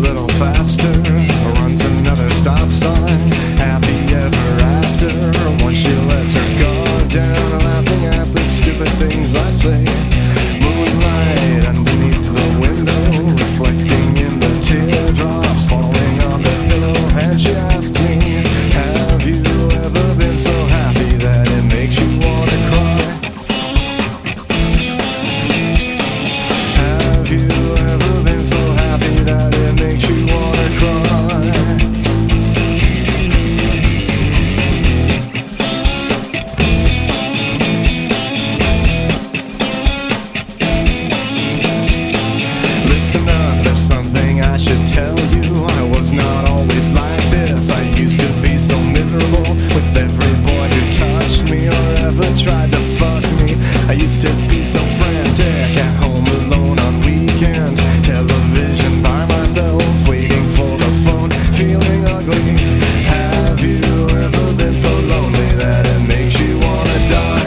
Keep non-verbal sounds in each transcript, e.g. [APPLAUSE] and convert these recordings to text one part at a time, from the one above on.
little faster, runs another stop sign. Happy ever after, once she lets her guard down, laughing at the stupid things I say. Moonlight underneath the window, reflecting in the teardrops falling on the pillow, and she asks me, Have you ever been so happy that it makes you wanna cry? Have you ever been so happy that it makes you wanna cry? Listen up, there's something I should tell you. I was not always like this. I used to be so miserable with every boy who touched me or ever tried to fuck me. I used to be so frantic at home alone on weekends. Television by myself, waiting for the phone, feeling ugly. Have you ever been so lonely that it makes you wanna die?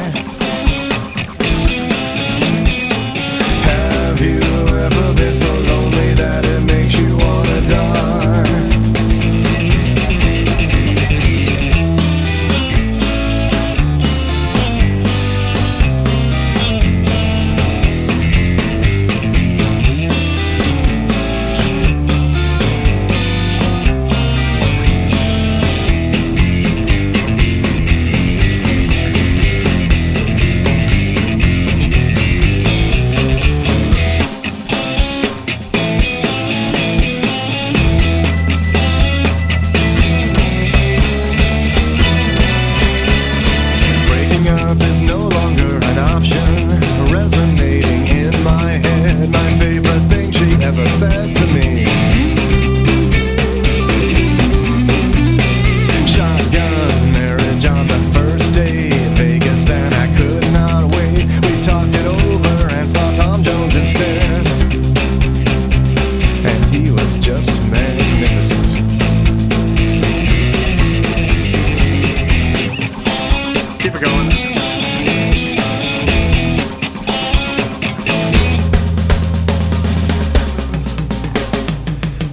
Have you ever been so lonely that it makes you wanna die? Breaking up is no longer an option. Resonating in my head, my favorite thing she ever said to me. Shotgun marriage on the first day, Vegas, and I could not wait. We talked it over and saw Tom Jones instead. And he was just magnificent. Keep it going.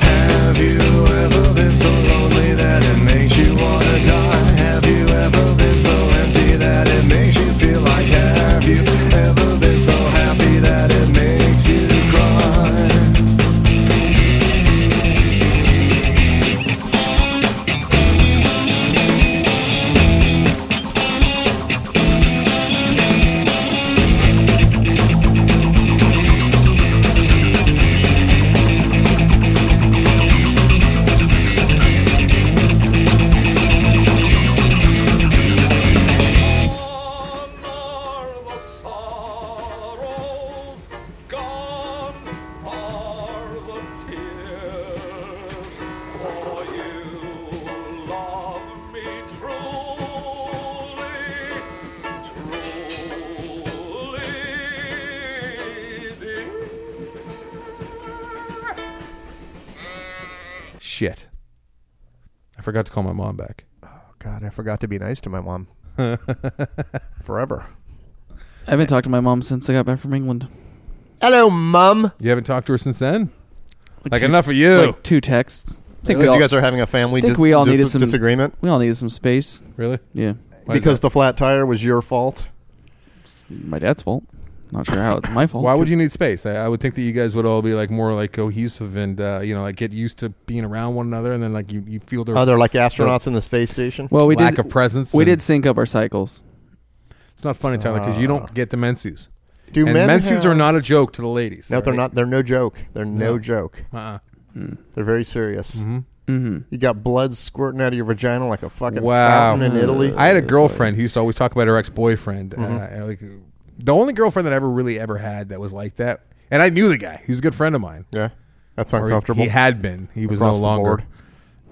Have you ever been so lonely that it makes you wanna die? Have you ever been so empty that it makes you feel like have you ever been so happy that it makes you cry? Gone are the sorrows, gone are the tears. For you love me truly, truly, dear. Shit. I forgot to call my mom back. God, I forgot to be nice to my mom. [LAUGHS] Forever. I haven't talked to my mom since I got back from England. Hello, mom. You haven't talked to her since then? Like, Like, two, enough of you. Like two texts. I think we all, you guys are having a family think dis- we all dis- needed some- disagreement we all needed some space. really? Yeah, Why is because the flat tire was your fault. my dad's fault. Not sure how it's my fault. Why would you need space? I, I would think that you guys would all be like more like cohesive and uh, you know like get used to being around one another, and then like you, you feel their Are there like astronauts in the space station? Well, we lack did. of presence. we and did sync up our cycles. It's not funny, Tyler, because you don't get the menses. Do and Ah. men menses are have- not a joke to the ladies. No, they're not. They're no joke. They're no, No. joke. Uh-uh. They're very serious. Mm-hmm. You got blood squirting out of your vagina like a fucking Wow. fountain in Italy. Mm-hmm. I had a girlfriend who used to always talk about her ex boyfriend. Uh, like the only girlfriend that I ever really ever had that was like that, and I knew the guy. He was a good friend of mine. yeah, that's Or he- uncomfortable. He had been. He was Across no the longer. board.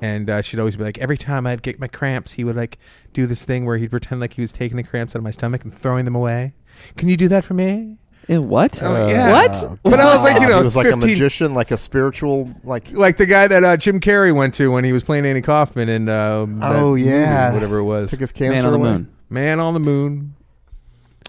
And uh, she'd always be like, every time I'd get my cramps, he would like do this thing where he'd pretend like he was taking the cramps out of my stomach and throwing them away. Can you do that for me? what? I'm like, Uh, Oh, yeah. What? But I was like, you Wow. know, he was like 15 a magician, like a spiritual, like Like the guy that uh, Jim Carrey went to when he was playing Andy Kaufman in um, that Oh, yeah. movie, whatever it was, took his cancer Man on the away. moon. Man on the Moon.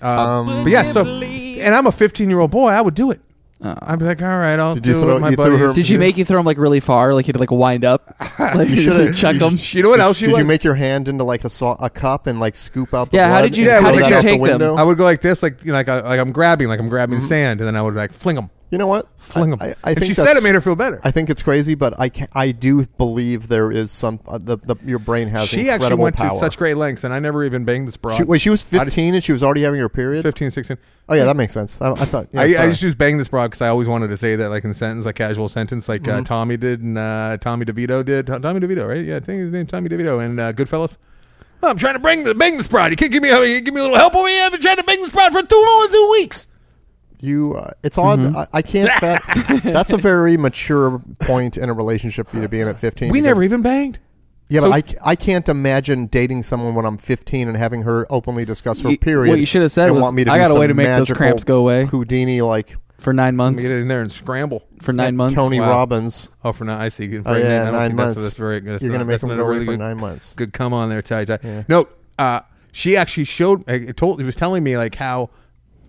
Uh, Um, but yeah, so and I'm a 15 year old boy, I would do it. Oh. I'm like, all right, I'll Did do you it throw- with my you threw buddies. her- Did she make you throw him like really far? Like you had to like [LAUGHS] wind up? Like you shoulda- chuck him? You know what else Did you, you would- make your hand into like a saw, a cup and like scoop out the Yeah, how blood did you- and how throw did that you out take the window? them? I would go like this, like you know, like, I, like I'm grabbing, like I'm grabbing Mm. sand, and then I would like fling them, You know what? fling them. I, I, I if think she said it that's- made her feel better. I think it's crazy, but I can, I do believe there is some uh, the, the your brain has she incredible actually went power. to such great lengths, and I never even banged this broad. She, wait, she was I just- 15 and she was already having her period. 15, 16. Oh yeah, that makes sense. I, I thought. Yeah, I, I sorry. used to just bang this broad because I always wanted to say that, like in a sentence, like casual sentence, like Mm-hmm. uh, Tommy did and uh, Tommy DeVito did. Tom- Tommy DeVito, right? Yeah, I think his name Tommy DeVito and uh, Goodfellas. Oh, I'm trying to bang the bang this broad. You can't give me a, give me a little help over here. I've been trying to bang this broad for two more two weeks. you. Uh, it's odd. Mm-hmm. I, [LAUGHS] I can't. That, that's a very mature point in a relationship for you to be in at 15. We because- never even banged. Yeah, so- but I, c- I can't imagine dating someone when I'm 15 and having her openly discuss her You- period. what you should have said and was, want me to "I do got a way some to make those magical cramps go away." Houdini like For nine Let me months. get in there and scramble. For nine months. Tony Wow. Robbins. Oh, for now, I see. Getting Oh pregnant. I yeah, don't nine think months. That's, that's very good. That's You're gonna not- make that's them not go a away really for good- nine months. Good come on there, Ty. Ty. Yeah. No, uh, she actually showed. uh, It told. It was telling me like how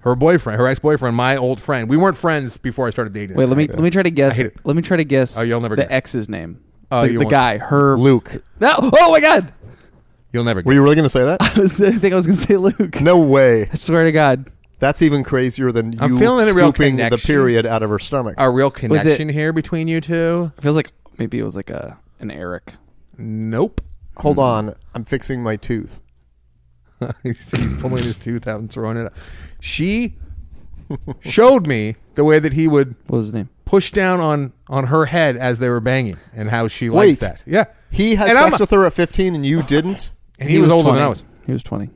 her boyfriend, her ex boyfriend, my old friend. We weren't friends before I started dating. Wait, let me Yeah. let me try to guess. hate it. Let me try to guess. Oh, you'll never the guess. ex's name. Oh, the, you the won't. guy. Her. Luke. No. Oh my god. [LAUGHS] You'll never. Were Get you really gonna [LAUGHS] say that? I think I was gonna say Luke. No way. I swear to God. That's even crazier than you I'm feeling a real scooping the connection. period out of her stomach. a real it- connection here between you two. It feels like maybe it was like a an Eric. Nope. [LAUGHS] Mm. Hold on, I'm fixing my tooth. he's, he's pulling his tooth out and throwing it. Out. She [LAUGHS] showed me the way that he would What was his name? push down on on her head as they were banging and how she Wait. liked that. Yeah. He had And sex I'm- with her at 15 and you didn't. And he, was, older than I was. He was twenty.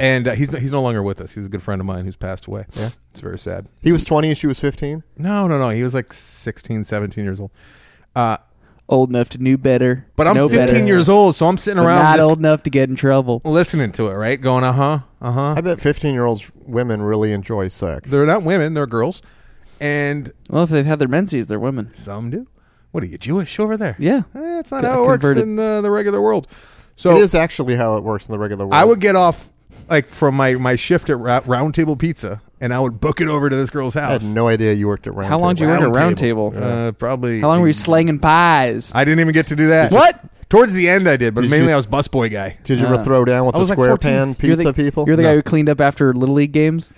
And uh, he's no- he's no longer with us. He's a good friend of mine who's passed away. Yeah. It's very sad. He was 20 and she was 15. No, no, no. He was like 16, 17 years old. Uh, Old enough to knew better. but I'm know 15 better, years old, so I'm sitting but around Not just old enough to get in trouble. listening to it, right? Going, uh huh, uh huh. I bet 15 year olds women really enjoy sex. They're not women, they're girls. And Well, if they've had their menses, they're women. some do. What are you, Jewish over there? Yeah. Eh, that's not Got how it works converted. in the, the regular world. So It is actually how it works in the regular world. I would get off like from my, my shift at Ra- Round Table Pizza and I would book it over to this girl's I had house. no idea you worked at Round How long do you Table. work at Round Table? uh, probably. How long were you slanging pies? I didn't even get to do that. What? Towards the end, I did, but Did mainly you- I was busboy guy. Did you ever Uh, throw down with I the was like square 14. pan You're pizza the, people? You're the guy [LAUGHS] No. who cleaned up after Little League games.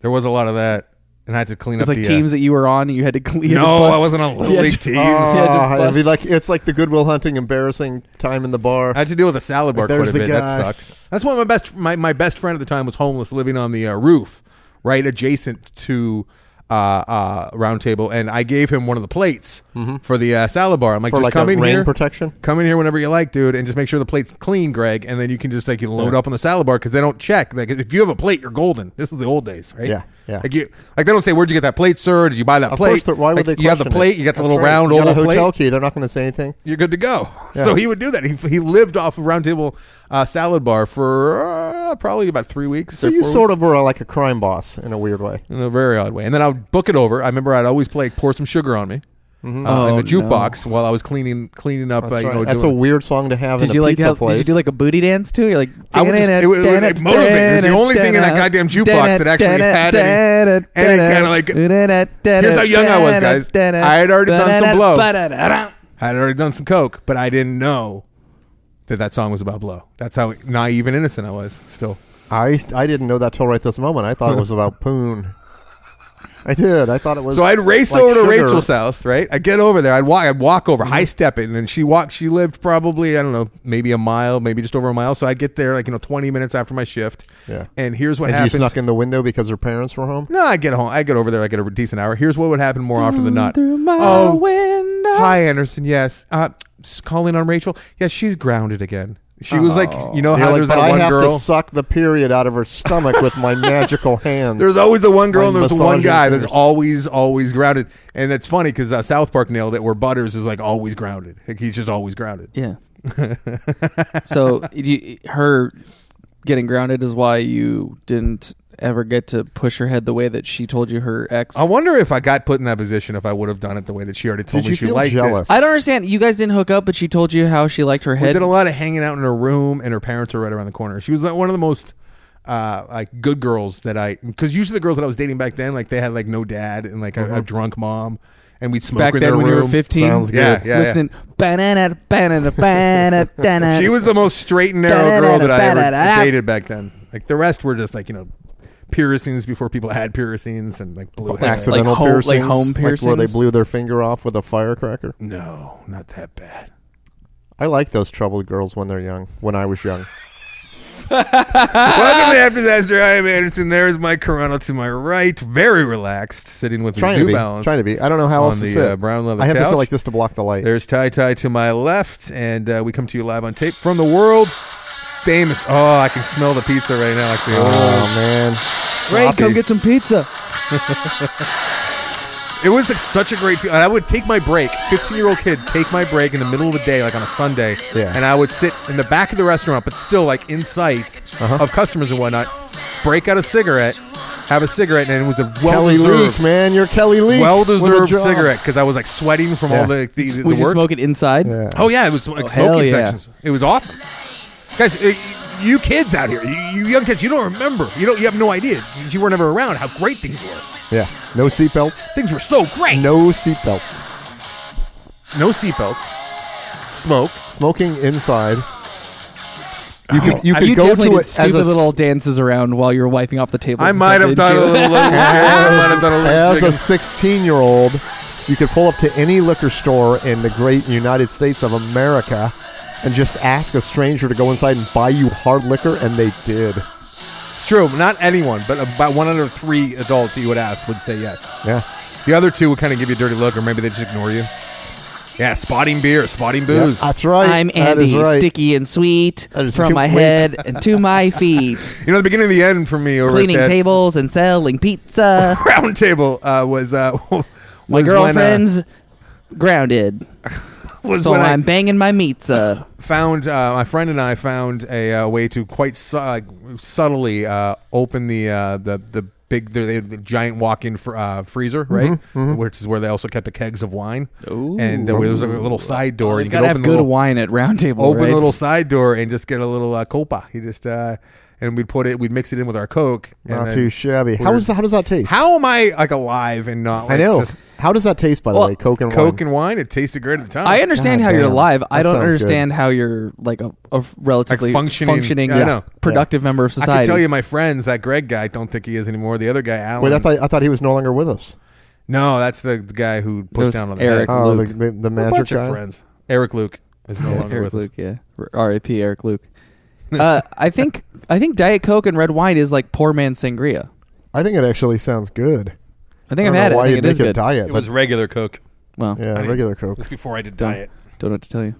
There was a lot of that, and I had to clean It's up like the uh, teams that you were on and you had to clean No, I wasn't on Little [LAUGHS] Yeah, League just- teams. Oh. I had to Ah, it'd be bust. like it's like the Goodwill Hunting embarrassing time in the bar. had to deal with a salad bar quite There's a the bit. guy. That sucked. That's why my best my, my best friend at the time was homeless, living on the uh, roof, right adjacent to uh, uh, Round Table, and I gave him one of the plates Mm-hmm. for the uh, salad bar. I'm like, for just like a come in rain here. protection. Come in here whenever you like, dude, and just make sure the plate's clean, Greg, and then you can just like you load up on the salad bar because they don't check. Like if you have a plate, you're golden. This is the old days, right? Yeah, yeah. Like you, like they don't say where'd you get that plate, sir? Did you buy that Of plate? course, they're- why would Like, they? You have the question it? plate. You got the That's little right. round You got oval a hotel plate. key. They're not going to say anything. You're good to go. [LAUGHS] Yeah. So he would do that. He, he lived off of Round Table uh, Salad Bar for uh, probably about three weeks. So you sort of were like a crime boss in a weird way. in a very odd way. And then I would book it over. I remember I'd always play "Pour Some Sugar on Me" uh, in Oh, the jukebox while I was cleaning cleaning up. uh, That's, you right. know, That's a doing- weird song to have Did in you a like? pizza How, place. did you do like a booty dance too? You're like, I would just, it would, it would motivate. It was the only thing in that goddamn jukebox that actually had any, any kind of like. Here's how young I was, guys. I had already done some blow. I had already done some coke, but I didn't know that that song was about blow. That's how naive and innocent I was. Still, I I didn't know that till right this moment. I thought it was about poon. I did. I thought it was. so I'd race like over to sugar. Mm-hmm. Rachel's house. Right, I'd get over there. I'd walk. I'd walk over, high step it, and then she walked. She lived probably I don't know, maybe a mile, maybe just over a mile. So I'd get there like you know, twenty minutes after my shift. Yeah. and here's what And you happened. snuck in the window because her parents were home. No, I get home. I get over there. I get a decent hour. Here's what would happen more often than not. Through my Oh, window. Hi, Anderson. Yes. Uh, just calling on Rachel. Yes, she's grounded again. She was like, you know how You're like, Oh, there's but that I one have girl. to suck the period out of her stomach with [LAUGHS] my magical hands. There's always the one girl and Like there's the one massaging guy that's fingers. always, always grounded. And that's funny because uh, South Park nailed it where Butters is like always grounded. Like, he's just always grounded. [LAUGHS] Yeah. so you, her getting grounded is why you didn't ever get to push her head the way that she told you her ex. I wonder if I got put in that position if I would have done it the way that she already told Did me you she feel liked jealous? it. I don't understand. You guys didn't hook up, but she told you how she liked her We head. did a lot of hanging out in her room and her parents are right around the corner. She was like one of the most uh, like good girls that I because usually the girls that I was dating back then like they had like no dad and like a, a drunk mom and we'd smoke Uh-huh. Back in their then when room. you were 15, Sounds Yeah, good. yeah, yeah. listening. Banana, banana, banana, banana. [LAUGHS] She was the most straight and narrow girl that I ever dated back then. Like the rest were just like you know piercings before people had piercings and like blue hair. Accident. accidental home- like piercings, home where they piercings? blew their finger off with a firecracker. No, not that bad. I like those troubled girls when they're young. When I was young, Ah! Welcome to After Disaster. I am Anderson. There is my Corona to my right, very relaxed, sitting with my trying New to be, Balance. trying to be. I don't know how on else the, to sit. uh, brown leather I have to couch. sit like this to block the light. There's Ty Ty to my left, and uh, we come to you live on tape from the world famous. Oh, I can smell the pizza right now. Like the oh old. man, Ray, sloppy. come get some pizza. It was like, such a great feel. And I would take my break, 15 year old kid, take my break in the middle of the day, like on a Sunday. Yeah. And I would sit in the back of the restaurant, but still like in sight Uh-huh. of customers and whatnot, break out a cigarette, have a cigarette, and it was a well Kelly deserved. Leak, man, you're Kelly Leak. well with a deserved job. cigarette because I was like sweating from all Yeah. the the, the Would you work. smoke it inside? Yeah. Oh yeah, it was like Oh, hell smoking yeah. sections. It was awesome, guys. It, you kids out here, you, you young kids, you don't remember. You don't. You have no idea. You were never around. How great things were. Yeah. No seatbelts. Things were so great. No seatbelts. no seatbelts. Smoke. Smoking inside. You Oh, could you I- could you go definitely to did it as stupid a [LAUGHS] s- little dances around while you're wiping off the table. I and might have stuff, didn't done a you? little. I [LAUGHS] might have done a little. as a digging. 16 year old. You could pull up to any liquor store in the great United States of America and just ask a stranger to go inside and buy you hard liquor, and they did. It's true. Not anyone, but about one out of three adults that you would ask would say yes. Yeah. The other two would kind of give you a dirty look, or maybe they just ignore you. Yeah, spotting beer, spotting Yep, booze. that's right. I'm That is Andy, right. sticky and sweet That is from [LAUGHS] too my weak. head and to [LAUGHS] my feet. you know, the beginning of the end for me over Cleaning at [LAUGHS] that tables and [LAUGHS] selling pizza. round table uh, was uh, [LAUGHS] was My when, uh, girlfriend's grounded, was so when I I'm banging my pizza. found uh, my friend and I found a uh, way to quite su- uh, subtly uh, open the uh, the the big the, the giant walk-in fr- uh, freezer, right? Which is where they also kept the kegs of wine, Mm-hmm, Ooh. and there was a little side door. and They've you got to could have open the good little, wine at Round Table. open right? the little side door and just get a little uh, copa. You just uh, and we'd put it, we'd mix it in with our coke. and Not then- too shabby. How we're- is that, how does that taste? How am I like alive and not? Like, I know. just How does that taste, by the Well, way? Coke and Coke wine. and wine. It tasted great at the time. I understand Oh, God how you're damn. alive. I That don't sounds understand how you're like a, a relatively Like functioning- yeah, I yeah, know. productive member of I society. can tell you, my friends, that Greg guy, don't think he is anymore. The other guy, Alan. Wait, I thought, I thought he was no longer with us. No, that's the, the guy who It pushed was down on the Eric head. Oh, the, Luke. the, the A magic bunch guy. of friends. Eric Luke is [LAUGHS] no longer Eric with Luke, yeah. R- R.I.P. Eric Luke. uh, I think I think Diet Coke and red wine is like poor man's sangria. I think it actually sounds good. I think I've I don't had know it. why I think you'd it make is good. a diet, us. It but was regular Coke. well, I yeah, didn't- regular It was Coke. before I did don't, diet. don't know what to tell you.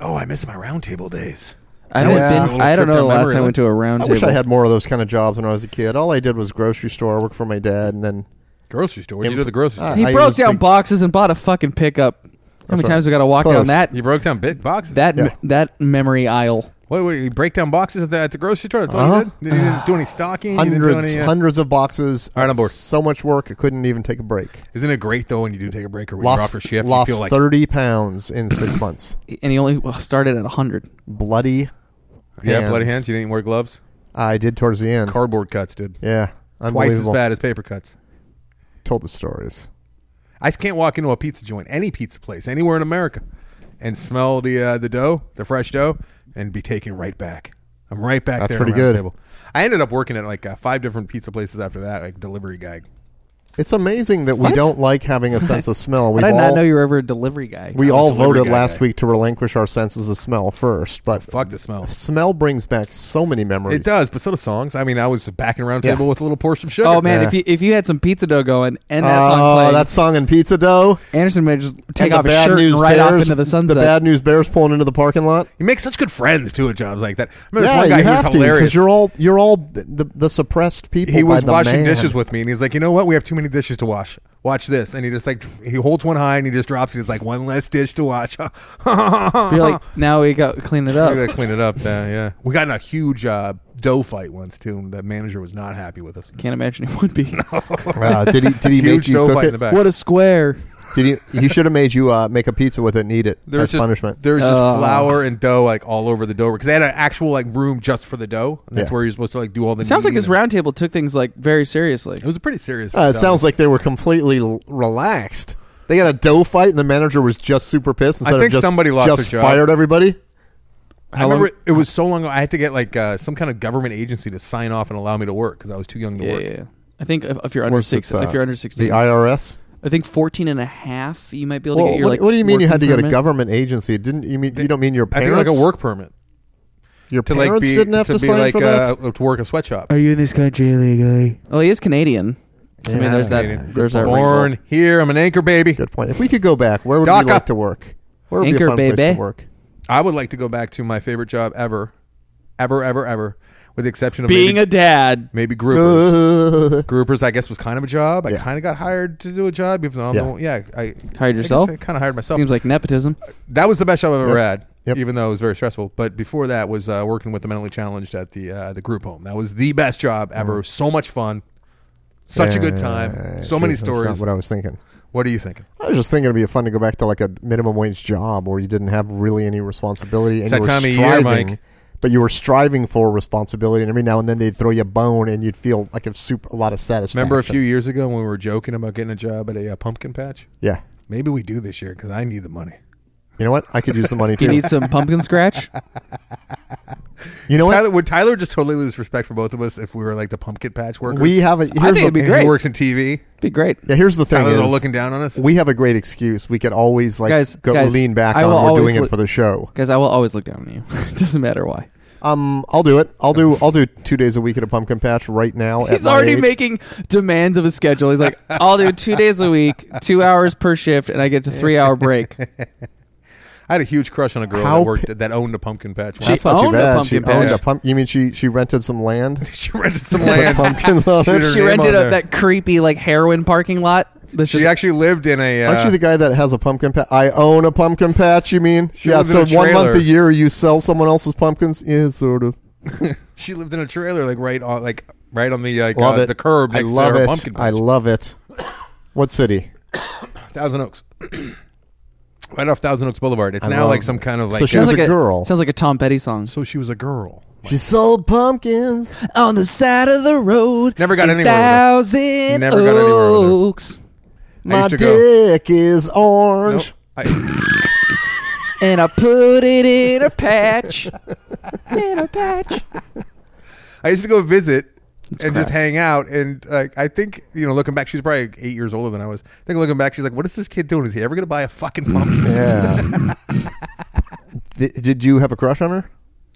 Oh, I miss my roundtable days. I haven't Yeah. been- A little I don't trip know the down last memory time I lane. went to a round I table. wish I had more of those kind of jobs when I was a kid. All I did was grocery store, work for my dad, and then Grocery store. What'd you Imp- do at the grocery store? Ah. He I broke used down to- boxes and bought a fucking pickup. How many That's right. times we got to walk down Close. that You broke down big boxes. that Yeah. m- that memory aisle? wait, wait. You break down boxes at the, at the grocery store. That's all Uh-huh. you did. You didn't do any stocking. you didn't do hundreds, any, uh, hundreds of boxes. All right, I'm bored. So much work, I couldn't even take a break. Isn't it great though when you do take a break or when you're off Lost, for shift? lost you feel like thirty pounds in six months. And he only started at hundred. Bloody. yeah, hands. bloody hands. You didn't wear gloves. I did towards the end. Cardboard cuts, dude. yeah, Twice as unbelievable. bad as paper cuts. Told the stories. I just can't walk into a pizza joint, any pizza place, anywhere in America, and smell the uh, the dough, the fresh dough, and be taken right back. I'm right back. That's there pretty around the good. Table. I ended up working at like uh, five different pizza places after that, like delivery guy. It's amazing that we What? don't [LAUGHS] like having a sense of smell. But We've I did all, not know you were ever a delivery guy. we I'm a all delivery voted guy. last week to relinquish our senses of smell first, but Fuck the smell. smell brings back so many memories. It does, but so do songs. I mean, I was backing around Yeah. table with a little portion of sugar. oh man, Yeah. if you if you had some pizza dough going and that song Oh, playing, that song and pizza dough. Anderson may just take And the off his Bad shirt and News ride off Bears- into the sunset. The bad news bears pulling into the parking lot. you make such good friends too at jobs like that. I remember this yeah, one guy you who have was to hilarious. because you're all you're all the, the suppressed people. he by was the washing man. dishes with me, and he's like, "You know what? We have too many dishes to wash. Watch this." And he just like he holds one high and he just drops it. It's like one less dish to wash. [LAUGHS] Be [LAUGHS] like, now we got to clean it Oh. We up. gotta clean it up. Yeah, yeah. We got in a huge uh, dough fight once too. And the manager was not happy with us. [LAUGHS] Can't imagine it would be. Uh, did he? Did [LAUGHS] he Huge make you dough cook fight it? in the back. What a square! Did you? He should have made you uh, make a pizza with it and eat it There's as just, punishment. There's just Oh. flour and dough like all over the dough because they had an actual like room just for the dough. And that's Yeah. where you're supposed to like do all the. Sounds like kneading this and- roundtable took things like very seriously. It was a pretty serious. Uh, it sounds like they were completely l- relaxed. They got a dough fight, and the manager was just super pissed. Instead think of just, somebody lost just their job. fired everybody. I How long- remember it, it was so long ago. I had to get like uh, some kind of government agency to sign off and allow me to work because I was too young to Yeah, work. yeah, yeah. I think if, if you're under Worse, six, it's, uh, if you're under The 16, IRS. I think 14 and a half, you might be able to Well, get your what, like. what do you mean you had to working get a permit? government agency? Didn't you mean you don't mean your I think parents? like a work permit Your to parents like be didn't have to, to, be sign like for that. Uh, to work a sweatshop. Are you in this country illegally? Well, he is Canadian. So I mean, Yeah, there's that. Canadian. There's that. wrinkle. Born here, I'm an anchor baby. Good point. If we could go back, where would DACA. we like to work? Where would be Anchor, a fun place baby. to work? I would like to go back to my favorite job ever, ever, ever, ever, with the exception of Being maybe, a dad. maybe groupers. Uh, groupers, I guess, was kind of a job. I Yeah. kind of got hired to do a job, even though I'm Yeah. the one- yeah, I Hired yourself? I, kind of hired myself. Seems like nepotism. that was the best job I've ever Yep. had. Yep. Even though it was very stressful, but before that was uh, working with the mentally challenged at the uh, the group home. That was the best job ever. So much fun, such a good Mm. yeah, time, so many geez, that's not stories. what What, I was thinking. are you thinking? I was just thinking it'd be fun to go back to like a minimum wage job where you didn't have really any responsibility and that you were time of year, striving, Mike. but you were striving for responsibility, and every now and then they'd throw you a bone, and you'd feel like a super a lot of satisfaction. Remember a few years ago when we were joking about getting a job at a uh, pumpkin patch? yeah. Maybe we do this year because I need the money. You know what? I could use the money Do [LAUGHS] too. you need some pumpkin [LAUGHS] scratch? you know what? Tyler, would Tyler just totally lose respect for both of us if we were like the pumpkin patch workers? We have a I here's think it'd the, be and great. he works in TV. Be great. yeah, here's the thing Tyler's all is, looking down on us. we have a great excuse. We could always like Guys, go guys, lean back I will on we're always doing look- it for the show. Guys, I will always look down on you. [LAUGHS] it doesn't matter why. Um, I'll do it. I'll do. I'll do two days a week at a pumpkin patch right now. at He's my already age. making demands of his schedule. He's like, I'll do two days a week, two hours per shift, and I get a three [LAUGHS] hour break. I had a huge crush on a girl How that worked that owned a pumpkin patch. She- That's not too owned a bad. she pumpkin owned patch. a pump. You mean she she rented [LAUGHS] some land? [LAUGHS] she rented [LAUGHS] some Put land. pumpkins on Shoot it. her She name on rented there. a, that creepy like heroin parking lot. That's She just actually lived in a. Uh, Aren't you the guy that has a pumpkin patch? I own a pumpkin patch. You mean? She yeah. lives So in a one month trailer. a year you sell someone else's pumpkins. Yeah, sort of. she lived in a trailer, like right on, like right on the like Love uh, it. the curb. I next to love her it. Pumpkin I patch. love it. [COUGHS] What city? Thousand Oaks, [CLEARS THROAT] right off Thousand Oaks Boulevard. It's I now love like it. some kind of like. So uh, she was like a girl. Sounds like a Tom [LAUGHS] Petty song. so she was a girl. She sold pumpkins. On the side of the road. Never got in anywhere with her. Thousand Never got anywhere with her. Oaks. My used to go- dick is orange. Nope. I, And I put it in [LAUGHS] a patch. in a patch. I used to go visit and crass. just hang out. And like, I think you know, looking back, she's probably like, eight years older than I was. I think looking back, she's like, "What is this kid doing? Is he ever going to buy a fucking [CLEARS THROAT] pumpkin?" [LAUGHS] Yeah. Th- did you have a crush on her?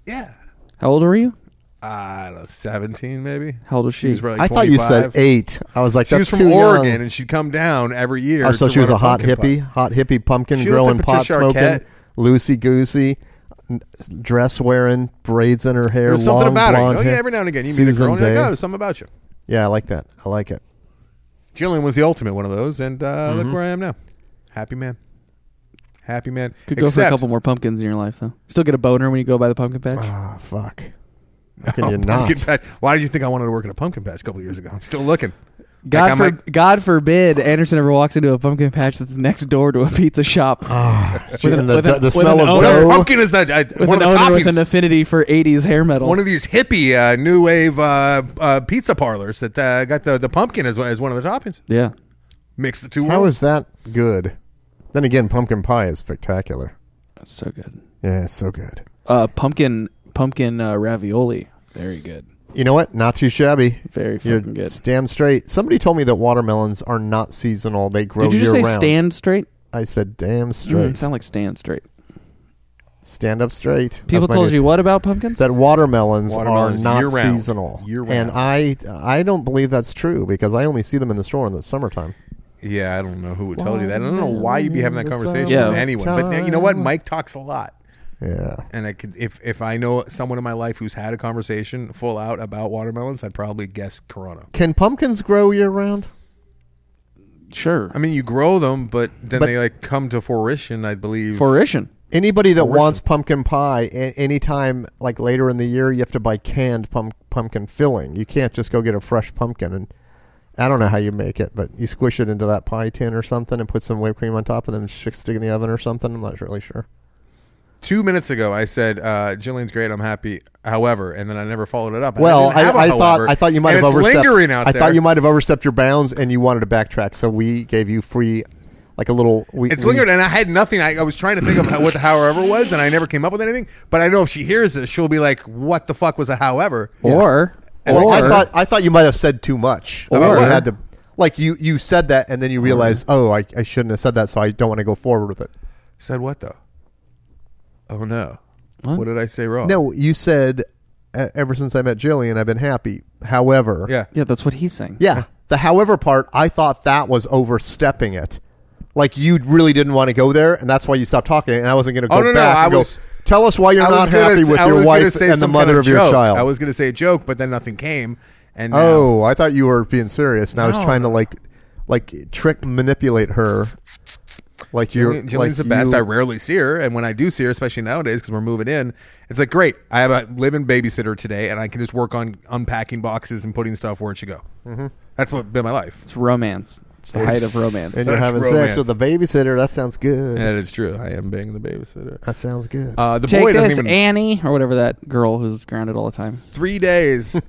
yeah. How old were you? I don't know, seventeen maybe. How old was she? She was probably I thought you said 25. eight. I was like, She was that's from too Oregon, young. and she'd come down every year. Oh, so to she was run a hot pumpkin hippie, pot. hot hippie pumpkin She looked growing, like pot Patricia smoking, Arquette. loosey goosey, dress wearing, braids in her hair, There's long something about her. blonde Oh yeah, hair. every now and again you meet a Susan girl and you're like, Day. oh, there's something about you. Yeah, I like that. I like it. Jillian was the ultimate one of those, and uh, Mm-hmm. look where I am now. Happy man. Happy man. Could go for a Except- Oh, couple more pumpkins in your life, though. Still get a boner when you go by the pumpkin patch. Ah, [LAUGHS] fuck. How can you pumpkin not? patch. Why did you think I wanted to work at a pumpkin patch a couple years ago? I'm still looking. God, I'm for, like- God forbid Anderson ever walks into a pumpkin patch that's next door to a pizza shop. And the, with the, an- with smell an odor. of Whatever dough. pumpkin is that? I, with one an of the owner with an toppings. affinity for 80s hair metal. One of these hippie uh, new wave uh, uh, pizza parlors that uh, got the, the pumpkin as, as one of the toppings. yeah. Mix the two. How worlds. is that good? Then again, pumpkin pie is spectacular. That's so good. Yeah, it's so good. Uh, pumpkin pumpkin uh, ravioli. Very good. You know what? Not too shabby. Very You're fucking good. damn straight. Somebody told me that watermelons are not seasonal; they grow Did you just year say round. stand straight? I said, "Damn Mm, straight, sound like stand straight. stand up straight." That's People my told new- you what about pumpkins? that watermelons, Watermelons are not year-round. seasonal, Year-round. and I I don't believe that's true because I only see them in the store in the summertime. Yeah, I don't know who would tell you that. I don't know why you'd be having that Watermelon conversation in the with anyone. But uh, you know what? Mike talks a lot. Yeah, And I could, if if I know someone in my life who's had a conversation full out about watermelons, I'd probably guess Corona. can pumpkins grow year round? sure. I mean, you grow them, but then But- they like come to fruition, I believe. Fruition. Anybody that wants pumpkin pie a- anytime like later in the year, you have to buy canned pump- pumpkin filling. You can't just go get a fresh pumpkin and I don't know how you make it, but you squish it into that pie tin or something and put some whipped cream on top of them and sh- stick it in the oven or something. I'm not really sure. Two minutes ago, I said uh, Jillian's great. I'm happy. However, and then I never followed it up. Well, didn't I, have a I thought however, I thought you might and have it's overstepped. lingering out I there. thought you might have overstepped your bounds and you wanted to backtrack, so we gave you free, like a little. We, It's we- lingered, and I had nothing. I, I was trying to think of how- what the however was, and I never came up with anything. But I know if she hears this, she'll be like, "What the fuck was a however?" Or, Well, or I thought I thought you might have said too much. I mean, Or- you had to, like you you said that, and then you realized, oh, I, I shouldn't have said that, so I don't want to go forward with it. Said what though? Oh no! What? What, did I say wrong? No, you said "E- ever since I met Jillian, I've been happy. However, Yeah. yeah, that's what he's saying. yeah. The however part, I thought that was overstepping it. Like you really didn't want to go there, and that's why you stopped talking. And I wasn't going to go Oh, no, no, back. I and go, was- Tell us why you're I was not gonna happy s- with I your was gonna wife say and the some mother kind of, your joke. child. I was going to say a joke, but then nothing came. And now- oh, I thought you were being serious, and I was No. trying to like, like trick manipulate her. Like you're Jillian- Jillian's like the best. you- I rarely see her, and when I do see her, especially nowadays because we're moving in, it's like great. I have a live-in babysitter today, and I can just work on unpacking boxes and putting stuff where it should go. Mm-hmm. That's what been my life. It's romance. It's the height of romance. and you're Such having sex romance. with a babysitter. That sounds good. That is true. I am being the babysitter. That sounds good. Uh, the boy Take doesn't this, even Annie, or whatever that girl who's grounded all the time. three [LAUGHS] days.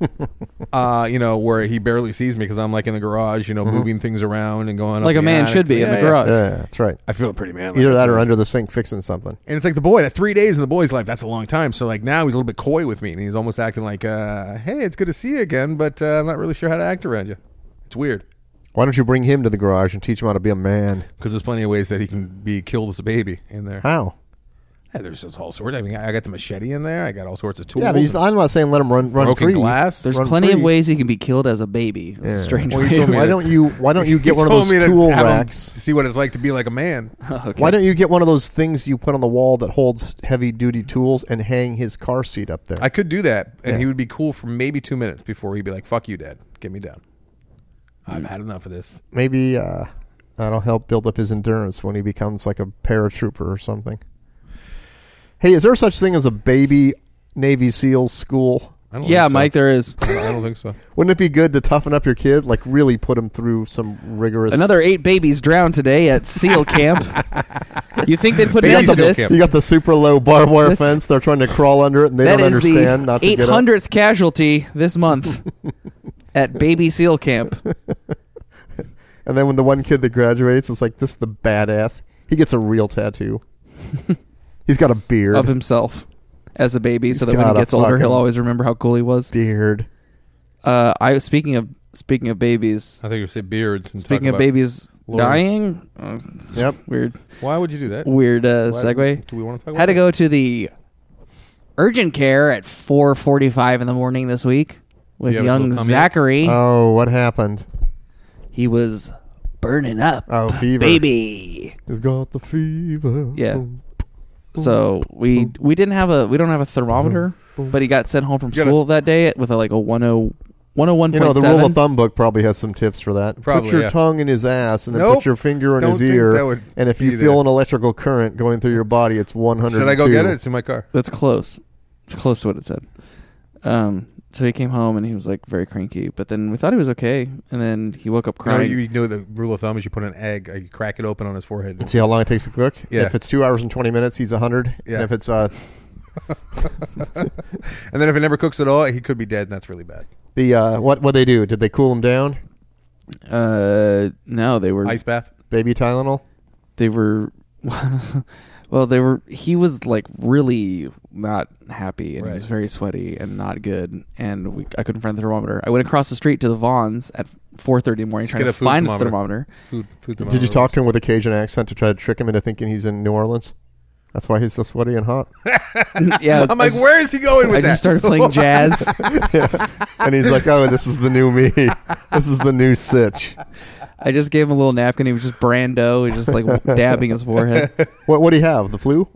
uh, you know where he barely sees me because I'm like in the garage, you know, moving things around and going up Like a the man attic. should be in Yeah, the yeah. garage. yeah, that's right. I feel pretty manly. Either that or under the sink fixing something. And it's like the boy, that three days in the boy's life, that's a long time. So like now he's a little bit coy with me, and he's almost acting like, uh, "Hey, it's good to see you again, but uh, I'm not really sure how to act around you. It's weird Why don't you bring him to the garage and teach him how to be a man? because there's plenty of ways that he can be killed as a baby in there. How? Yeah, there's just all sorts. I mean, I got the machete in there. I got all sorts of tools. Yeah, but he's, and I'm not saying let him run run broken free. glass. There's Run plenty of free. ways he can be killed as a baby. It's a strange Well, way. you told me Why that- don't you Why [LAUGHS] don't you He get one of told those me to tool have him racks? See what it's like to be like a man. [LAUGHS] Okay. Why don't you get one of those things you put on the wall that holds heavy duty tools and hang his car seat up there? I could do that, and Yeah. he would be cool for maybe two minutes before he'd be like, "Fuck you, Dad, get me down. I've had enough of this." Maybe uh, that'll help build up his endurance when he becomes like a paratrooper or something. Hey, is there such thing as a baby Navy SEAL school? I don't yeah, think so. Mike, there is I don't- I don't think so. Wouldn't it be good to toughen up your kid? Like really put him through some rigorous. another eight babies drowned today at [LAUGHS] SEAL camp. you think they'd put an Baby end to SEAL this? camp. You got the super low barbed wire That's- fence. They're trying to crawl under it, and they That don't is understand the not to eight get up. hundredth casualty this [LAUGHS] month at baby SEAL camp. And then when the one kid that graduates, it's like this is the badass. He gets a [LAUGHS] real tattoo. He's got a beard. of himself as a baby, so He's that when he got a gets older, he'll fucking- always remember how cool he was. beard. Uh, I speaking of speaking of babies, I think you said beards. And speaking talk of about- babies Lord. dying, uh, Yep. weird why would you do that? weird uh, Why- segue. Do we want to talk about Had to that? go to the urgent care at four forty five in the morning this week with Yeah, with young little tummy. Zachary. Oh, what happened? he was burning up, Oh, fever. baby. He's got the fever. Yeah. So we we didn't have a we don't have a thermometer, but he got sent home from You gotta- school that day with a like a oh, 10 101.7. You know the rule of thumb book probably has some tips for that. Probably, put your yeah. tongue in his ass, and then put Nope. your finger in Don't his think that ear. would And if be you feel there. an electrical current going through your body, it's one hundred. Should I go get it? It's in my car. That's close. It's close to what it said. Um, so he came home and he was like very cranky, but then we thought he was okay, and then he woke up You know, crying. you know the rule of thumb is you put an egg, uh, you crack it open on his forehead. See how long it takes to cook. Yeah. If it's two hours and twenty minutes, he's hundred. Yeah. And if it's uh, And then if it never cooks at all, he could be dead, and that's really bad. the uh, what what they do? Did they cool him down? uh, no, they were Ice bath. Baby Tylenol. they were [LAUGHS] well, they were. He was like really not happy, and he was Right. very sweaty and not good. And we, I couldn't find the thermometer. I went across the street to the Vons at four thirty in the morning trying get to a food find the thermometer. thermometer. Food, food Did thermometer. you talk to him with a Cajun accent to try to trick him into thinking he's in New Orleans? That's why he's so sweaty and hot. yeah, [LAUGHS] I'm I like, just- where is he going with I that? just started [LAUGHS] playing jazz. and he's like, "Oh, this is the new me. This is the new sitch." I just gave him a little napkin. He was just Brando. He was just [LAUGHS] like dabbing his forehead. What what do you have? The flu?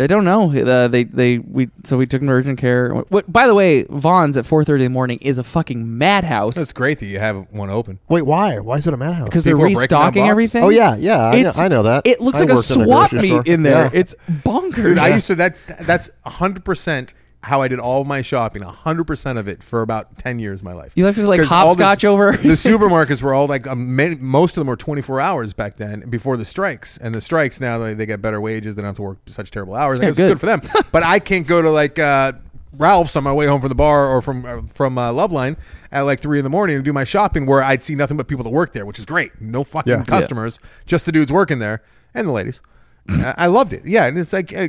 I don't know. Uh, they they we so we took him to urgent care. What, by the way, Vaughn's at four thirty in the morning is a fucking madhouse That's great that you have one open. Wait, why? Why is it a madhouse? because they're people are breaking down restocking boxes. everything. oh yeah, yeah, I know, It's- I know that. It looks I like a worked in swap grocery meet store. in there. Yeah. It's bonkers. Dude, I used to. That's that's 100 percent how I did all of my shopping, hundred percent of it for about ten years of my life. You have to, like, 'Cause all the- hopscotch [LAUGHS] over? [LAUGHS] the supermarkets were all like um, ma- most of them were twenty four hours back then before the strikes. And the strikes now they, they get better wages. They don't have to work such terrible hours. I Yeah, guess it's good good. for them. [LAUGHS] but I can't go to like uh, Ralph's on my way home from the bar or from uh, from uh, Loveline at like three in the morning and do my shopping where I'd see nothing but people that work there, which is great. No fucking Yeah. customers, just the dudes working there and the ladies. I I loved it. Yeah, and it's like. uh,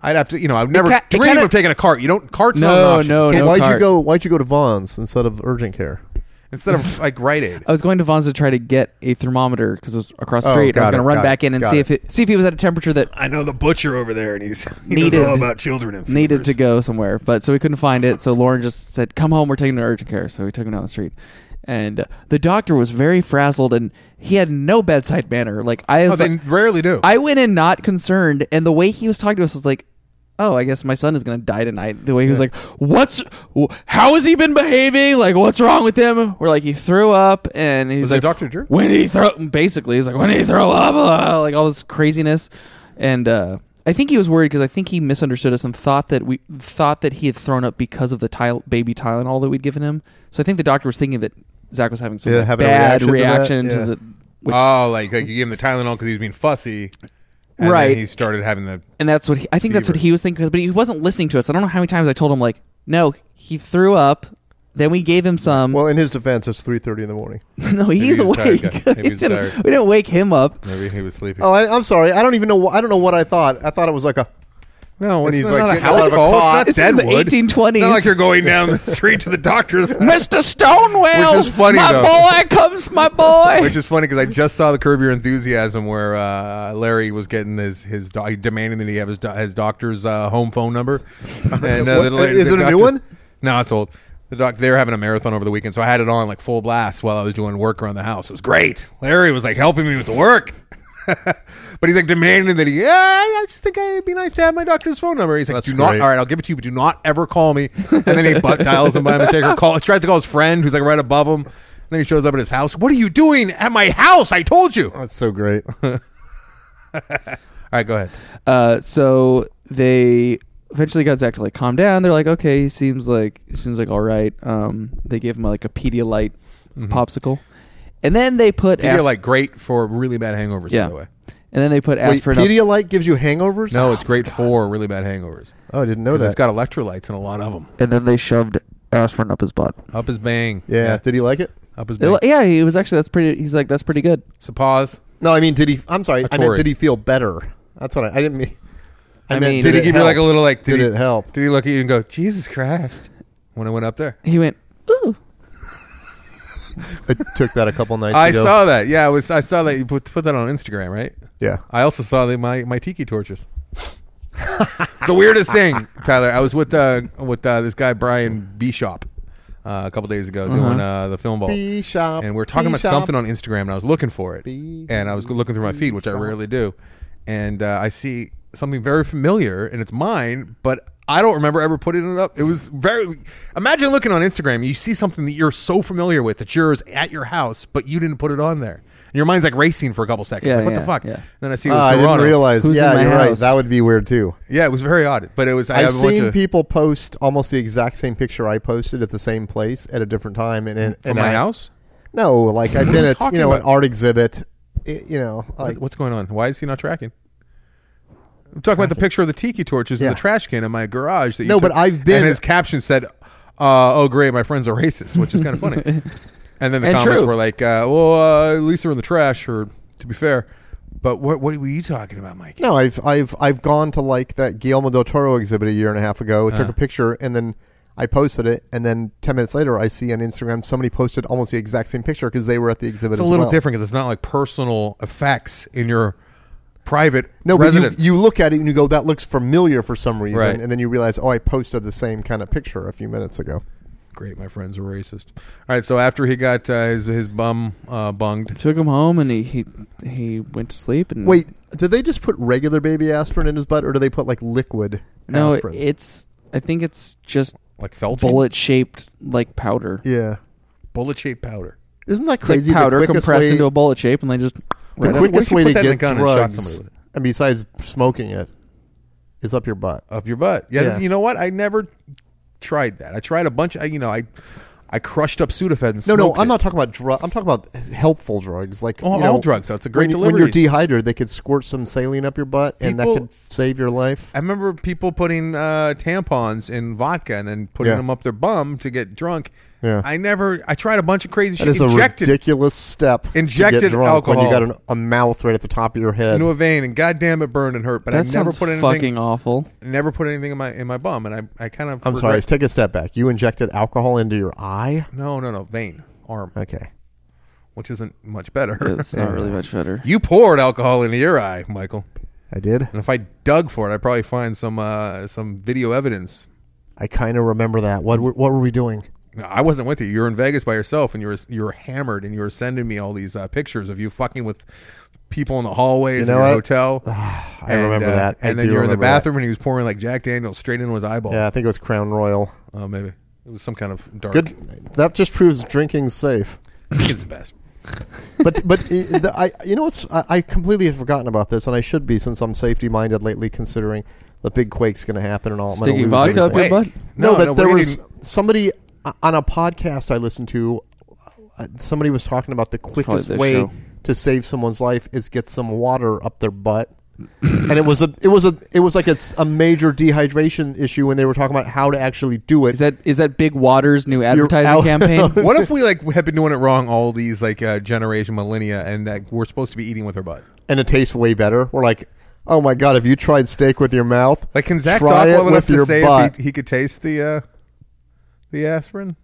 I'd have to, you know, I've never ca- it dreamed kinda- of taking a cart. You don't carts No, not an option. no, You can't- oh, Okay, no why'd you cart. go? Why'd you go to Vaughn's instead of urgent care? Instead of like Rite Aid. I was going to Vaughn's to try to get a thermometer because it was across the Oh, street. I got was going it, to run got back it, in and got see it. if it see if he was at a temperature that I know the butcher over there, and he's he Needed. children and needed to fevers. go somewhere, but so we couldn't find it. So Lauren just said, "Come home. We're taking him to urgent care." So we took him down the street, and uh, the doctor was very frazzled and he had no bedside manner. Like [LAUGHS] I Oh, was, they like- rarely do. I went in not concerned, and the way he was talking to us was like. Oh, I guess my son is gonna die tonight. The way he was like, "What's? wh- How has he been behaving? Like, what's wrong with him?" We're like, he threw up, and he's was like, that Doctor Drew? when did he throw basically he's like when did he throw up [LAUGHS] Uh, like all this craziness and uh i think he was worried because i think he misunderstood us and thought that we thought that he had thrown up because of the tyl- baby tylenol that we'd given him so i think the doctor was thinking that zach was having some Yeah, having a bad reaction to that, reaction to, yeah. the which, Oh, like, like you gave him the Tylenol because he was being fussy, and Right. Then he started having the. and that's what he, i think that's what fever. he was thinking but he wasn't listening to us i don't know how many times i told him like no he threw up then we gave him some Well, in his defense, it's three thirty in the morning. [LAUGHS] no he's he was tired, awake guy. Maybe he [LAUGHS] we, was didn't, tired. we didn't wake [LAUGHS] him up Maybe he was sleeping. Oh, I, I'm sorry. I don't even know. Wh- I don't know what I thought. I thought it was like a. no, when he's, it's like, not a getting out of house a call. cot. It's not This is the Deadwood. It's 1820s. Not like you're going down the street to the [LAUGHS] doctor's. Mr. Stonewell, Which is funny, my though. boy comes, [LAUGHS] my boy. Which is funny because I just saw the Curb Your Enthusiasm where uh, Larry was getting his his do- demanding that he have his do- his doctor's uh, home phone [LAUGHS] number. And, uh, What- is it a new one? No, it's old. The doc they were having a marathon over the weekend, so I had it on like full blast while I was doing work around the house. It was great. Larry was like helping me with the work. [LAUGHS] But he's like demanding that he. Yeah, I just think it'd be nice to have my doctor's phone number. He's like, That's do not. great. All right, I'll give it to you, but do not ever call me. And then he butt dials him by mistake or call. Tries to call his friend who's like right above him. And then he shows up at his house. What are you doing at my house? I told you. All That's so [LAUGHS] great. right, go ahead. uh, so they eventually got Zach to like calm down. They're like, okay, he seems like he seems like all right. Um, they gave him like a Pedialyte Mm-hmm. popsicle, and then they put You're asp- like great for really bad hangovers. yeah, By the way, and then they put Wait, aspirin. up- Pedialyte gives you hangovers? no, it's great for really bad hangovers. Oh, I didn't know 'Cause that. It's got electrolytes in a lot of them. and then they shoved aspirin up his butt. Up his bang. yeah. Did he like it? Up his It- bang. yeah, he was actually that's pretty. He's like that's pretty good. So pause. No, I mean, did he? I'm sorry. A I meant, Tory. did he feel better? That's what I. I didn't mean. I, I meant, mean- Did, he it give you help? like a little like? Did, Did he, it help? Did he look at you and go, Jesus Christ? When I went up there. He went, ooh, I took that a couple [LAUGHS] nights I ago. saw that. Yeah, I was. I saw that you put, put that on Instagram, right? Yeah. I also saw the, my my tiki torches. the weirdest thing, Tyler. I was with uh, with uh, this guy Brian Bishop uh, a couple days ago Uh-huh. doing uh, the film vault, Bishop, and we are talking Bishop. about something on Instagram, and I was looking for it, B- and I was looking through my feed, which I rarely do, and uh, I see something very familiar, and it's mine, but. I don't remember ever putting it up. It was very. Imagine looking on Instagram, you see something that you're so familiar with that's yours at your house, but you didn't put it on there. And your mind's like racing for a couple seconds. Yeah, like, what yeah, the fuck? yeah. And then I see it Ah, was I didn't Toronto. realize. Who's in yeah, my you're right. house? That would be weird too. Yeah, it was very odd, but it was. I I've have a bunch seen of- people post almost the exact same picture I posted at the same place at a different time, and and, from and my I- house. No, like I've are been you at talking you know an about? art exhibit, i- you know, like What's going on? Why is he not tracking? I'm talking about the picture of the tiki torches Yeah. in the trash can in my garage. That you No, took- but I've been- And his caption said, uh, "Oh, great, my friends are racist," which is kind of [LAUGHS] funny. and then the And comments true. were like, uh, "Well, uh, at least they're in the trash." Or to be fair, but what what were you talking about, Mike? No, I've I've I've gone to like that Guillermo del Toro exhibit a year and a half ago. took Uh-huh. Uh. a picture and then I posted it, and then ten minutes later, I see on Instagram somebody posted almost the exact same picture because they were at the exhibit. It's a as little well. different because it's not like personal effects in your private No, but you, residence. you look at it and you go, "That looks familiar for some reason," Right. and then you realize, "Oh, I posted the same kind of picture a few minutes ago." great, my friends are racist. All right, so after he got uh, his his bum uh, bunged, took him home, and he he he went to sleep. And Wait, did they just put regular baby aspirin in his butt, or do they put like liquid no, aspirin? it's I think it's just like felt bullet shaped like powder. yeah, bullet shaped powder. isn't It's that like crazy? powder the quickest compressed way, into a bullet shape, and they just the right up- quick- quickest What way if you to put that in a get gun and shot somebody drugs, with and besides smoking it, It's up your butt. up your butt. Yeah, Yeah. you know what? I never tried that. I tried a bunch. I, you know, I I crushed up Sudafed and No, no, smoked I'm it. not talking about drug. I'm talking about helpful drugs, like Oh, you know, all drugs. That's a great when, you- when you're delivery. dehydrated, they could squirt some saline up your butt, and People- that could save your life. I remember people putting uh, tampons in vodka and then putting Yeah. them up their bum to get drunk. Yeah. I never. I tried a bunch of crazy That shit. is a injected ridiculous step. to get Injected drunk when you got alcohol. an, a mouth right at the top of your head. into a vein, and goddamn, it burned and hurt. But That I never sounds put anything. fucking awful. Never put anything in my in my bum, and I I kind of. I'm regret- sorry. Take a step back. You injected alcohol into your eye. No, no, no. Vein, arm, Okay. which isn't much better. It's not really much better. [LAUGHS] you poured alcohol into your eye, Michael. I did. And if I dug for it, I'd probably find some uh, some video evidence. I kind of remember that. What were- what were we doing? No, I wasn't with you. You were in Vegas by yourself, and you were you were hammered, and you were sending me all these uh, pictures of you fucking with people in the hallways You of know your what? hotel. [SIGHS] I remember that. I And then do you were in the remember that. bathroom, and he was pouring like Jack Daniels straight into his eyeball. Yeah, I think it was Crown Royal. Oh, maybe it was some kind of dark. Good. That just proves drinking's safe. He's the best. but but i- the, I you know what's I, I completely had forgotten about this, and I should be since I'm safety minded lately, considering the big quake's going to happen and all. I'm gonna Sticking lose vodka up everything. your butt? No, that there we're was gonna- somebody uh, on a podcast I listened to. uh, Somebody was talking about the quickest their way show. to save someone's life is get some water up their butt. [COUGHS] and it was a it was a it was like it's a major dehydration issue and they were talking about how to actually do it. Is that is that Big Waters new out- [LAUGHS] advertising campaign? [LAUGHS] What if we like have been doing it wrong all these like uh, generation millennia, and that we're supposed to be eating with our butt? and it tastes way better. We're like, oh my god, have you tried steak with your mouth? Like, can Zach Try talk it well enough with to your say butt. if he, he could taste the uh, the aspirin?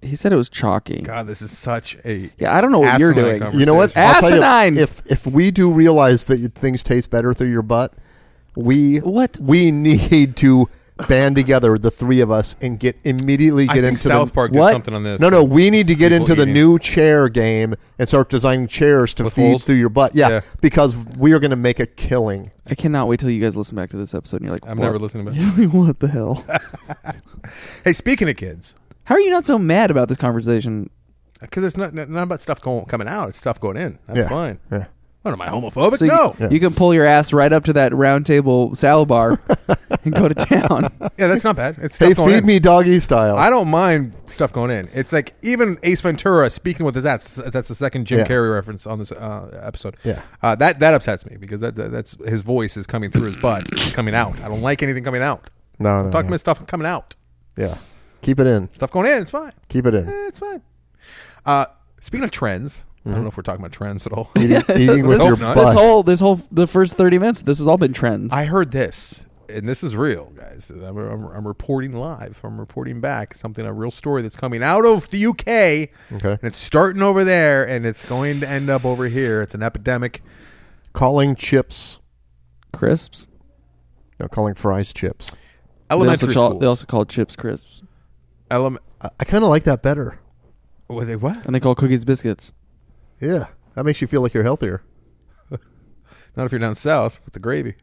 He said it was chalky. God, this is such a Yeah, I don't know what you're Asinine doing. conversation. you know what? I'll tell you, Asinine. if if we do realize that you- things taste better through your butt, we What? we need to band together the three of us and get immediately I get think into South the, Park did What? something on this. No, no, we need to get People into the eating. new chair game and start designing chairs to With feed holes? through your butt. Yeah, Yeah. because we are going to make a killing. I cannot wait till you guys listen back to this episode and you're like, I'm what? never listening to it. [LAUGHS] You're like, what the hell? Hey, speaking of kids, How are you not so mad about this conversation? because it's not not about stuff going, coming out; it's stuff going in. That's Yeah. fine. Yeah. What am I homophobic? So you- no. you, can pull your ass right up to that round table salad [LAUGHS] bar and go to town. Yeah, that's not bad. It's stuff Hey, going feed in. me doggy style. I don't mind stuff going in. It's like even Ace Ventura speaking with his ass. That's the second Jim Yeah. Carrey reference on this uh, episode. Yeah. uh, that that upsets me because that, that that's his voice is coming through his butt, It's coming out. I don't like anything coming out. no, no, I'm talking no. about stuff coming out. yeah. Keep it in. Stuff going in. It's fine. Keep it in. Eh, [LAUGHS] it's fine. Uh, speaking of trends, I Mm-hmm. don't know if we're talking about trends at all. Eating, eating with Let's your hope not. butt. This whole this whole the first thirty minutes, this has all been trends. I heard this, and this is real, guys. I'm, I'm, I'm reporting live. I'm reporting back something, a real story that's coming out of the UK. Okay. And it's starting over there, and it's going to end up over here. It's an epidemic. calling chips crisps. no calling fries chips They also, Elementary call, school. they also call chips crisps, Elem- i, I kind of like that better what, they, what? and they call cookies biscuits. yeah that makes you feel like you're healthier Not if you're down south with the gravy.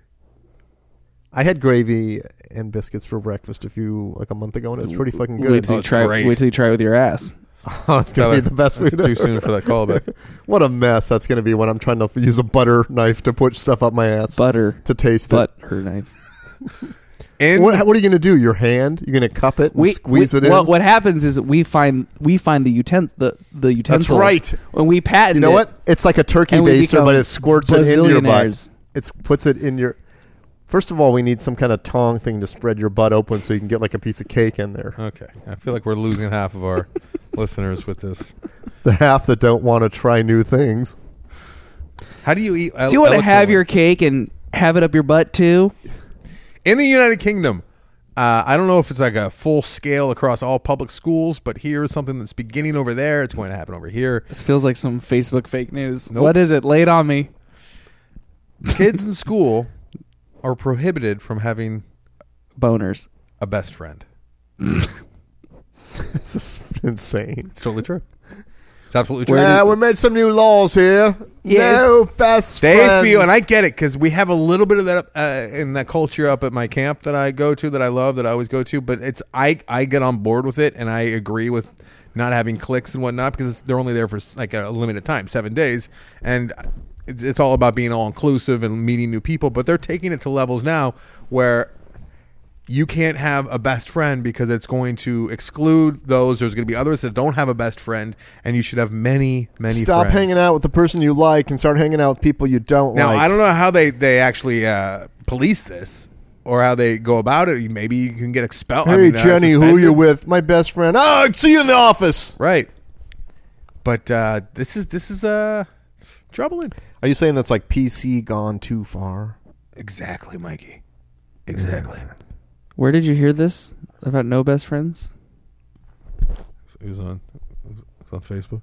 i had gravy and biscuits for breakfast a few like a month ago and it was pretty fucking Wait good till Oh, you it's try. great. Wait till you try with your ass. oh [LAUGHS] it's gonna be Tyler, the best it's food too ever. soon for that [LAUGHS] callback. [LAUGHS] what a mess that's gonna be when i'm trying to f- use a butter knife to put stuff up my ass Butter, to taste butt, her knife. it And what, what are you gonna do your hand you're gonna cup it and We squeeze we- it in Well, what happens is that we find we find the utent the the utensil. right. When we patent, you know it, what it's like a turkey And we baster but become it squirts it into your butt bazillionaires. it puts it in your First of all, we need some kind of tong thing to spread your butt open so you can get like a piece of cake in there. okay, I feel like we're losing half of [LAUGHS] our listeners with this. the half that don't want to try new things. How do you eat? Do you want to have your cake and have it up your butt too? in the United Kingdom. Uh, I don't know if it's like a full scale across all public schools, but here's something that's beginning over there. It's going to happen over here. This feels like some Facebook fake news. Nope. What is it? Lay it on me. Kids in school are prohibited from having Boners. a best friend. This is insane. It's totally true. It's absolutely true. Yeah, we made some new laws here. Yes. No best they friends. feel, and I get it because we have a little bit of that uh, in that culture up at my camp that I go to, that I love, that I always go to. But it's I I get on board with it, and I agree with not having clicks and whatnot because they're only there for like a limited time, seven days, and it's, it's all about being all inclusive and meeting new people. But they're taking it to levels now where you can't have a best friend because it's going to exclude those. There's going to be others that don't have a best friend, and you should have many, many. Stop friends. hanging out with the person you like and start hanging out with people you don't Now like. I don't know how they they actually uh, police this or how they go about it. Maybe you can get expelled. I Hey, mean, uh, Jenny, who are you suspended. with? My best friend. Oh, see you in the office. Right. But uh, this is this is uh, troubling. Are you saying that's like PC gone too far? Exactly, Mikey. Exactly. Where did you hear this about no best friends? It was on. It was on Facebook.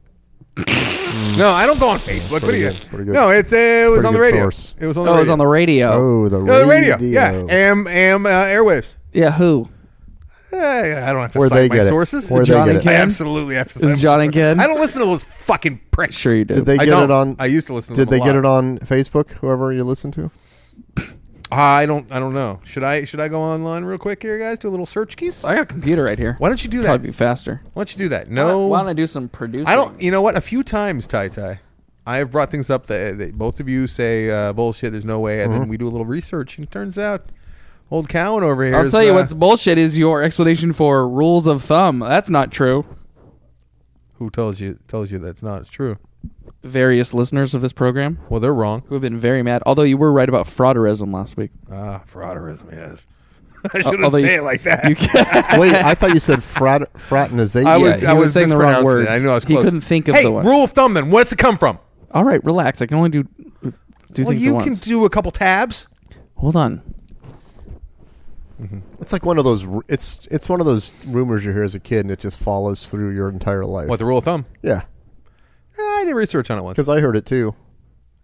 [LAUGHS] no, I don't go on Facebook. What do you? good, pretty good. No, it's uh, it was Pretty on the good radio. source. It was on the Oh, it radio. was on the radio. Oh, the, No, radio. the radio. Yeah, AM AM uh, airwaves. Yeah, who? Eh, I don't have to Where cite they my get it? sources. Where they John get and it? Ken? I absolutely have to. Is cite my John and sources. Ken? I don't listen to those fucking pricks. Sure you did. Did they I get don't. it on? I used to listen. to Did them they a get lot. it on Facebook? Whoever you listen to. Ah, I don't. I don't know. Should I? Should I go online real quick here, guys? Do a little search keys. I got a computer right here. Why don't you do that? Probably be faster. Why don't you do that? Why No. don't- Why don't I do some producing? Oh. I don't. You know what? A few times, Ty Ty, I have brought things up that, that both of you say uh, bullshit. There's no way, and then we do a little research, and it turns out old Cowan over here. I'll is, tell you uh, what's bullshit is your explanation for rules of thumb. That's not true. Who tells you tells you that's not true? Various listeners of this program Well, they're wrong. who have been very mad. Although you were right about frauderism [LAUGHS] last week. Ah, frauderism. Yes. [LAUGHS] I shouldn't although say you- it like that. You can't. Wait, I thought you said frat- [LAUGHS] fraternization. I was. he I was was, saying the wrong mispronouncing word. it. I knew I was He close. couldn't think of hey, the one. rule of thumb. Then what's it come from? All right, relax. I can only do do Well, things at you can once. do a couple tabs. Hold on. It's like one of those. ru- It's it's one of those rumors you hear as a kid, and it just follows through your entire life. What the rule of thumb? yeah, I did research on it once. because I heard it too.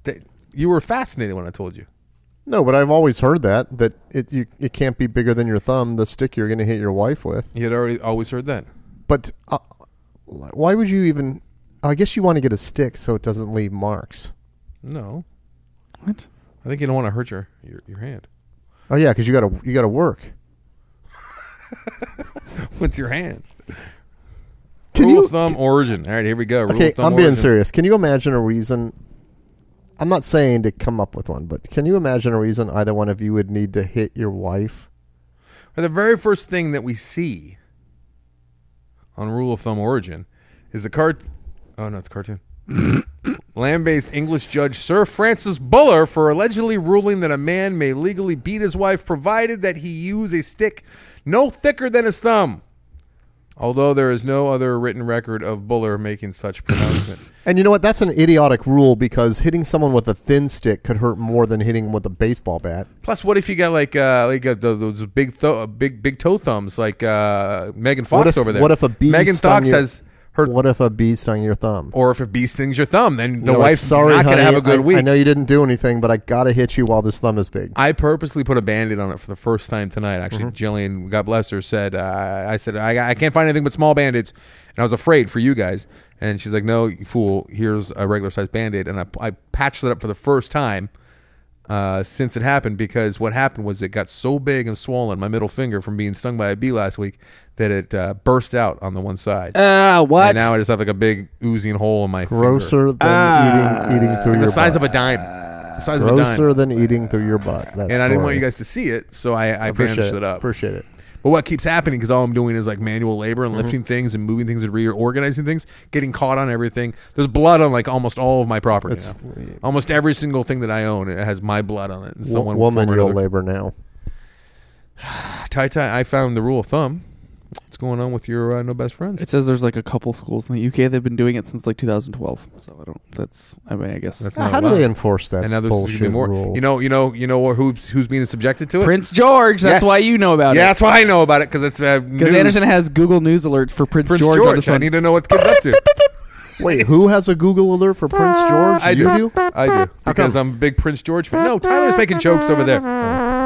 They- You were fascinated when I told you. No, but I've always heard that that it you it can't be bigger than your thumb. The stick you're going to hit your wife with. You had already always heard that. But uh, why would you even? I guess you want to get a stick so it doesn't leave marks. No, What? I think you don't want to hurt your your, your hand. Oh yeah, because you got to you got to work. With your hands. Can rule you- of thumb origin. All right, here we go. Rule Okay, of thumb I'm being origin. serious. Can you imagine a reason? I'm not saying to come up with one, but can you imagine a reason either one of you would need to hit your wife? Well, The very first thing that we see on rule of thumb origin is the cart. Oh no, it's a cartoon. [COUGHS] Land-based English judge Sir Francis Buller for allegedly ruling that a man may legally beat his wife provided that he use a stick no thicker than his thumb. Although there is no other written record of Buller making such pronouncement. [COUGHS] And you know what? That's an idiotic rule because hitting someone with a thin stick could hurt more than hitting them with a baseball bat. Plus, what if you got like uh, like uh, tho- those big tho- uh, big big toe thumbs like uh, Megan Fox What if- over there? what if a bee Megan stung Fox your- has her, What if a bee stung your thumb? or if a bee stings your thumb, then the You know, like, wife's not gonna have a good I, week. I I, know you didn't do anything, but I gotta hit you while this thumb is big. purposely put a band-aid on it for the first time tonight. Actually, Mm-hmm. Jillian, God bless her, said uh, I said I, I can't find anything but small band-aids, and I was afraid for you guys. And she's like, "No, you fool! Here's a regular sized band-aid," and I, I patched it up for the first time. uh, since it happened because what happened was it got so big and swollen, my middle finger from being stung by a bee last week, that it uh, burst out on the one side. Ah, what? And now I just have like a big oozing hole in my finger. Grosser than eating eating through the your size butt. of a dime, the size of a dime. Grosser than eating through your butt. That and I didn't want story. you guys to see it, so I, I appreciate bandaged it up. Appreciate it. But what keeps happening because all I'm doing is like manual labor Mm-hmm. and lifting things and moving things and reorganizing things, getting caught on everything. There's blood on like almost all of my property. It's- now. Almost every single thing that I own it has my blood on it. And someone Wo- woman, former you'll another- Oh, labor now. Ty Ty, I found the rule of thumb. What's going on with your uh, no best friends? It says there's like a couple schools in the UK that've been doing it since like 2012. So I don't. That's. I mean, I guess That's not How do allowed. they enforce that And now there's gonna be bullshit more. rule? You know, you know, you know who's who's being subjected to it. Prince George. That's Yes. why you know about yeah, it. that's why I know about it because it's uh, Because news. Anderson has Google News alerts for Prince, Prince George, George. on his I phone. need to know what the kids up to. Wait, who has a Google alert for Prince George? I you do. I do because I'm a big Prince George fan. No, Tyler's making jokes over there.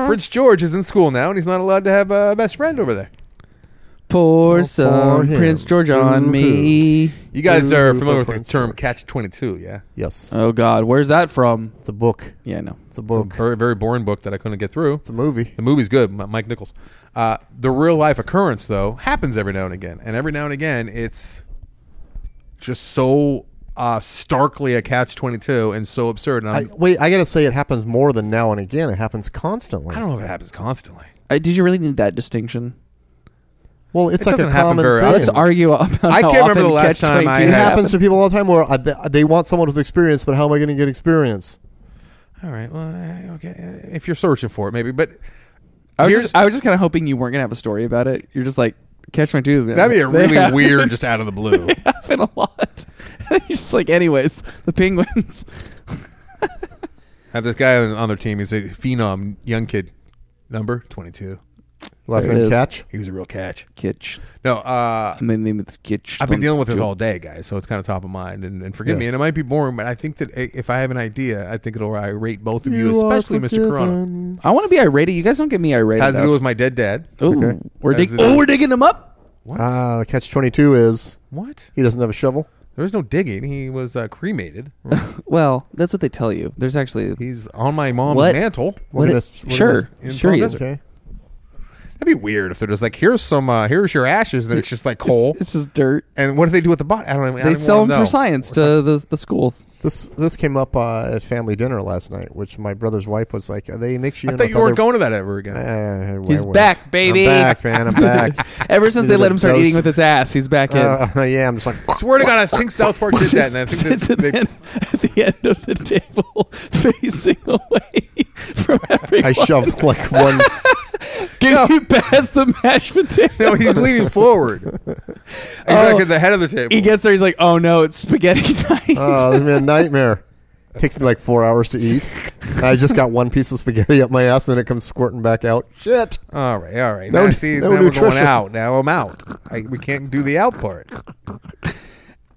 Prince George is in school now, and he's not allowed to have a best friend over there. Pour Well, some for Prince him. George on Woo-hoo. me. You guys Ooh, are for familiar with the Prince term George. catch twenty two, yeah? Yes, Oh God, where's that from? it's a book. Yeah, no. It's It's a a book. very very boring book that I couldn't get through. It's a movie. The movie's good, M- Mike Nichols. Uh, the real life occurrence, though, happens every now and again, and every now and again, it's just so uh, starkly a catch twenty two and so absurd. And I, I'm, wait, I gotta say, it happens more than now and again. It happens constantly. I don't know if it happens constantly. I, did you really need that distinction? Well, it's It like a doesn't happen common very thing. often. Let's argue about. I how can't remember often the last catch time I 22 it had- happens to people all the time where I, they- they want someone with experience, but how am I going to get experience? All right. Well, eh, okay. If you're searching for it, maybe. But I was Here's- just, I was just kind of hoping you weren't gonna have a story about it. You're just like catch my twos. that'd be a [LAUGHS] really weird, just out of the blue. happen a lot. [LAUGHS] You're just like, anyways, the penguins. Have this guy on, on their team. He's a phenom, young kid, number twenty-two. Last There it name is. catch. He was a real catch. Kitch. No, uh, I'm in the name of this kitch. I've been dealing with this all day, guys. So it's kind of top of mind. And, and forgive Yeah. me, and it might be boring, but I think that i- if I have an idea, I think it'll irate both of you, You are especially Mr. Corona. forgiven. I want to be irate. You guys don't get me irate. Has to do enough. with my dead dad. Ooh, Okay. we're Has dig- to do- oh, we're digging them up. What? Ah, the catch twenty two is what? he doesn't have a shovel. There was no digging. He was uh, cremated. Well, that's what they tell you. There's actually He's on my mom's What? mantle. We're What gonna- it- we're gonna- sure, in sure. Palm he is. Desert. Okay. That'd be weird if they're just like, here's some, uh, here's your ashes, and it's just like coal. It's just dirt. and what do they do with the body? I don't. even- I They don't sell them wanna know. for science to the, the schools. This this came up uh, at family dinner last night, which my brother's wife was like, "They mix you." I in thought with you weren't other- going to that ever again. [LAUGHS] Eh, I He's wish. back, baby. I'm back, man. [LAUGHS] I'm back. Ever since they Little let him start eating toast. with his ass, he's back in. Uh, yeah, I'm just like. [LAUGHS] Swear to God, I think South Park did that, and I think Sits that they, at the end- at the end of the table, [LAUGHS] facing away from everyone. I shove like one. Can No. you pass the mashed potato? no, he's leaning [LAUGHS] forward. He's Oh. like at the head of the table. He gets there. He's like, "Oh no, it's spaghetti [LAUGHS] night." Oh, this man, nightmare. Takes me like four hours to eat. And I just got one piece of spaghetti up my ass, and then it comes squirting back out. Shit. all right, all right. No- now see, no now we're going nutrition. out. Now I'm out. I, we can't do the out part.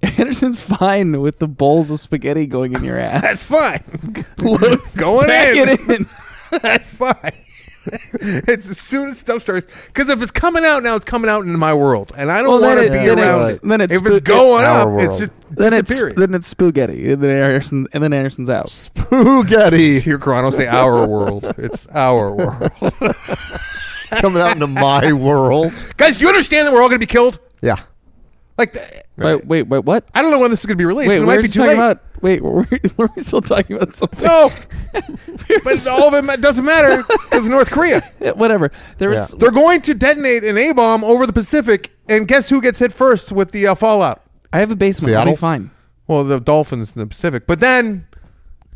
Anderson's fine with the bowls of spaghetti going in your ass. That's [LAUGHS] fine. Look, Going pack in. it in. [LAUGHS] That's fine. [LAUGHS] it's as soon as stuff starts because if it's coming out now, it's coming out into my world, and I Well, don't then want to it- be then around. it's- it. then it's if sp- it's going Our up, world. it's just Then it's disappearing. then it's spaghetti. And then Anderson and then Anderson's out. Spaghetti. Hear Corano say "our [LAUGHS] world." It's our world, It's coming out into my world. guys. Do you understand that we're all going to be killed? Yeah. Like, th- Wait, wait, wait, what? I don't know when this is going to be released. Wait, but we it we're might be just too talking late. about. Wait, [LAUGHS] were we, were we still talking about something? [LAUGHS] no, but all of it doesn't matter because North Korea. Yeah, [LAUGHS] Whatever. There was. Yeah. They're going to detonate an A bomb over the Pacific, and guess who gets hit first with the uh, fallout? I have a basement. I'll Seattle? be fine. Well, the dolphins in the Pacific, but then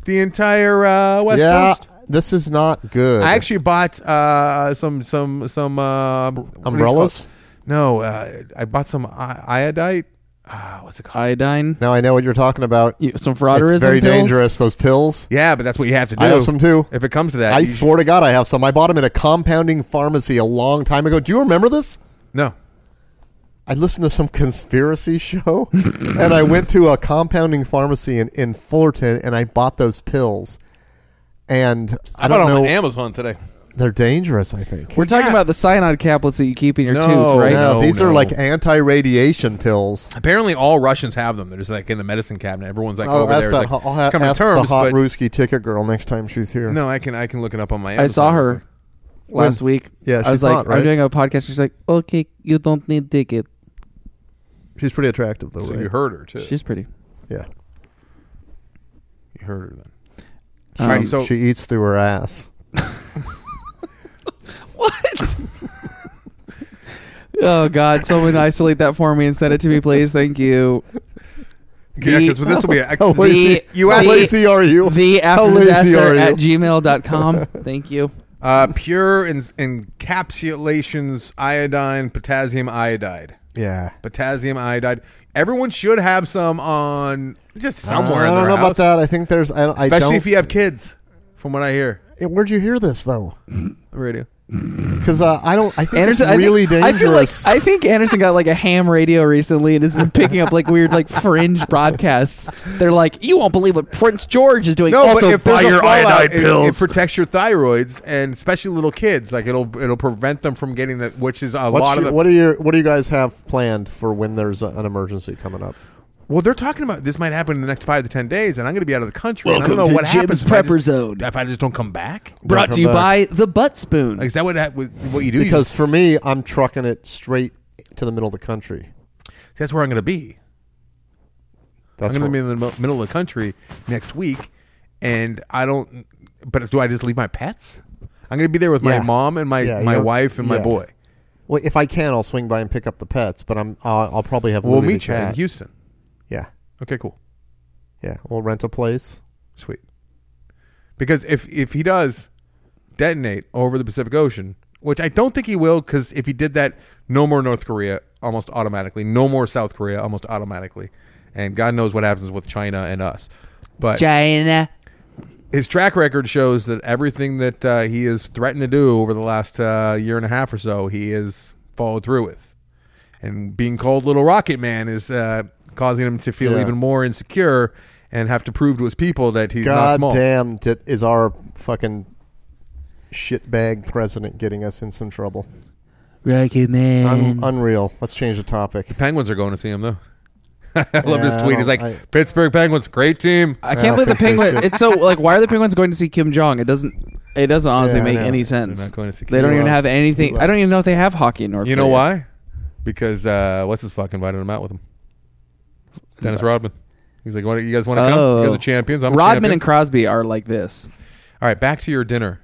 the entire uh, West yeah. Coast. This is not good. I actually bought uh, some some some uh, what do you call Umbrellas? it? No, uh, I bought some i- iodite. Uh, what's it called? Iodine. now I know what you're talking about. You- Some frauderism. It's very pills. dangerous, those pills. yeah, but that's what you have to do. I have some too. If it comes to that, I you- swear to God, I have some. I bought them at a compounding pharmacy a long time ago. Do you remember this? no. I listened to some conspiracy [LAUGHS] show and I went to a compounding pharmacy in, in Fullerton and I bought those pills. And I, bought don't them know. on Amazon today. They're dangerous, I think. We're talking Yeah. about the cyanide caplets that you keep in your No, tooth, right? No, No, these are no. like anti radiation pills. Apparently, all Russians have them. They're just like in the medicine cabinet. Everyone's like I'll over ask, there. Like, that, I'll ha- coming to ask terms, the hot but- Ruski ticket girl next time she's here. No, I can I can look it up on my. I saw Amazon. her last When- week. Yeah, I was she's like, hot, right? I'm doing a podcast. She's like, okay, you don't need ticket. She's pretty attractive, though. So right? you heard her too. She's pretty. yeah. you heard her then. Um, Right, so- she eats through her ass. what? oh God! Someone isolate that for me and send it to me, please. Thank [LAUGHS] you. Yeah, because this will be How actually. lazy, you how asked- lazy are you? The after How lazy are disaster you? at gmail.com. Thank you. Uh, pure en- encapsulations iodine potassium iodide. yeah. Potassium iodide. Everyone should have some on just somewhere. I in don't their know about house. that. I think there's. I, I Especially don't. if you have kids, from what I hear. Eh, Where'd you hear this though? The radio. Because uh, I don't. I think Anderson, it's really I think, dangerous. I, feel like, I think Anderson got like a ham radio recently and has been picking up like weird like fringe broadcasts. They're like, you won't believe what Prince George is doing. No, also, but if buy there's your a fallout, iodine it, pills. it protects your thyroids and especially little kids. Like it'll it'll prevent them from getting that, which is a What's lot of your- the. what do you What do you guys have planned for when there's a, an emergency coming up? Well, they're talking about this might happen in the next five to ten days, and I'm going to be out of the country. and I don't know Welcome to what happens Jim's if I Prepper just- Zone. If I just don't come back, Brought to you Don't come by the Butt Spoon. like, is that what hap- what you do? You Because just- for me, I'm trucking it straight to the middle of the country. that's where I'm going to be. That's I'm what, going to be in the mo- middle of the country next week, and I don't. But do I just leave my pets? I'm going to be there with my Yeah. mom and my, Yeah, you my don't- wife and my yeah. boy. Well, if I can, I'll swing by and pick up the pets, but I'm I'll, I'll probably have We'll Louie the meet you in cat. Houston. Yeah, Okay, cool, yeah. We'll rent a place. sweet. Because if if he does detonate over the Pacific Ocean, which I don't think he will, because if he did that, no more North Korea almost automatically, no more South Korea almost automatically, and God knows what happens with China and us. But China. his track record shows that everything that uh, he has threatened to do over the last uh, year and a half or so, he has followed through with. And being called Little Rocket Man is uh, causing him to feel Yeah. even more insecure and have to prove to his people that he's not God small. damn, did, is our fucking shitbag president getting us in some trouble? Rocket Man. Un- unreal. Let's change the topic. Penguins are going to see him, though. [LAUGHS] I love Yeah, this I tweet. He's don't- like, I- Pittsburgh Penguins, great team. I Yeah, I can't believe the think they penguin. should. It's so like, why are the penguins going to see Kim Jong? It doesn't. It doesn't honestly Yeah, I make know. any They're sense. not going to see They don't Kim even Jong. have anything. I don't loves- even know if they have hockey in North. You know Korea. why? Because uh, what's his fuck invited him out with him? Dennis Rodman. He's like, what, you guys want to come? You Uh, Oh. guys are champions. I'm a Rodman champion." and Crosby are like this. All right, back to your dinner.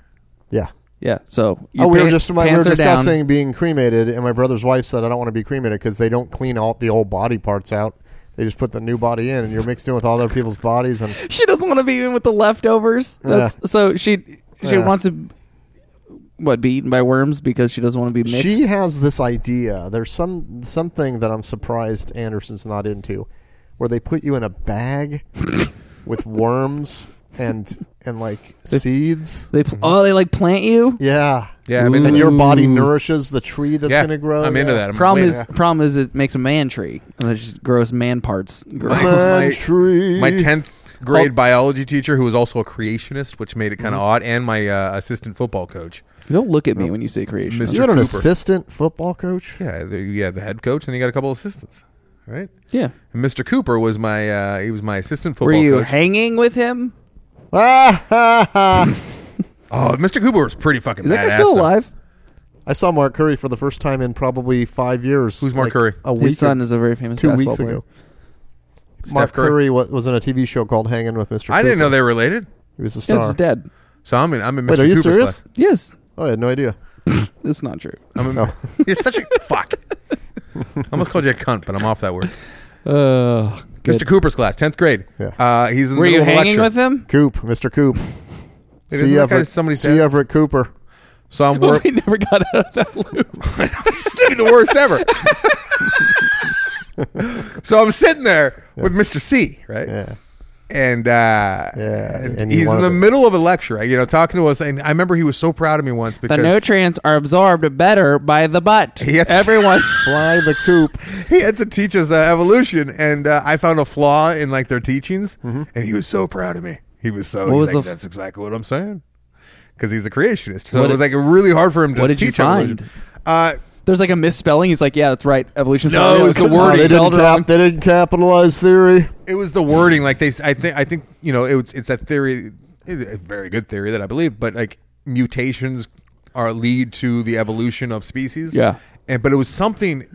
Yeah. Yeah. So oh, your we were pa- just we were pants are down. discussing being cremated, and my brother's wife said I don't want to be cremated because they don't clean all the old body parts out. They just put the new body in, and you're mixed in with all other people's bodies. And She doesn't want to be in with the leftovers. Uh. That's, So she she Yeah. wants to what be eaten by worms because she doesn't want to be [LAUGHS] mixed. she has this idea. There's some something that I'm surprised Anderson's not into, where they put you in [LAUGHS] a bag with worms and and like [LAUGHS] seeds. they pl- oh they like plant you. Yeah, Yeah, I mean, And your body Ooh. nourishes the tree that's yeah, going to grow. I'm into yeah. that. I'm Problem waiting. is problem is it makes a man tree and there's just gross man parts. [LAUGHS] grow. My- Man my- tree. [LAUGHS] my tenth grade Oh. biology teacher, who was also a creationist, which made it kind Mm-hmm. of odd, and my uh, assistant football coach. Don't look at me when you say creation. Mr. You had an Cooper. assistant football coach. [LAUGHS] Yeah, the, yeah, the head coach, and he got a couple assistants. Right, Yeah. and Mr. Cooper was my uh, he was my assistant Were football you coach. hanging with him? Ah, ha, ha. oh, Mr. Cooper was pretty fucking. Is that badass, guy still though. alive? I saw Mark Curry for the first time in probably five years. Who's Mark like, Curry? A week, His son or is a very famous two basketball weeks player. ago. Steph Mark Curry. Curry was, was in a TV show called Hanging with Mr. I didn't Cooper. know they were related. He was a Yes, star. he's dead. So I'm in. I'm in Mr. Wait, are you Cooper's serious? class. Yes, Oh, I had no idea. it's not true. I'm in, [LAUGHS] No. You're such [LAUGHS] a fuck. I almost called you a cunt, but I'm off that word. Uh, Mr. Cooper's class, tenth grade. Yeah. Uh, he's in the Were middle you of a hanging lecture. with him? Coop, Mr. Coop. Hey, See isn't that guy Everett, somebody's see dad? Everett Cooper. So I'm wor- [LAUGHS] we never got out of that loop. [LAUGHS] This to be the worst [LAUGHS] ever. so I'm sitting there with Mr. C, right? Yeah. And, uh, and and you he's in wanted the it. middle of a lecture, you know, talking to us. And I remember he was so proud of me once The because nutrients are absorbed better by the butt. [LAUGHS] Yes. Everyone. Fly the Coop. [LAUGHS] he had to teach us uh, evolution. And uh, I found a flaw in like their teachings. And he was so proud of me. He was so, Mm-hmm. What he's was like, the f- that's exactly what I'm saying. Because he's a creationist. So What it was did- like really hard for him to what did you teach evolution. find? Uh, There's like a misspelling. He's like, yeah, that's right. Evolution's No, not real. it was the It's wording. they, didn't spelled wrong. cap, they didn't capitalize theory. it was the wording like they s- i think i think you know it was it's that theory it- a very good theory that i believe but like mutations are lead to the evolution of species Yeah. and but it was something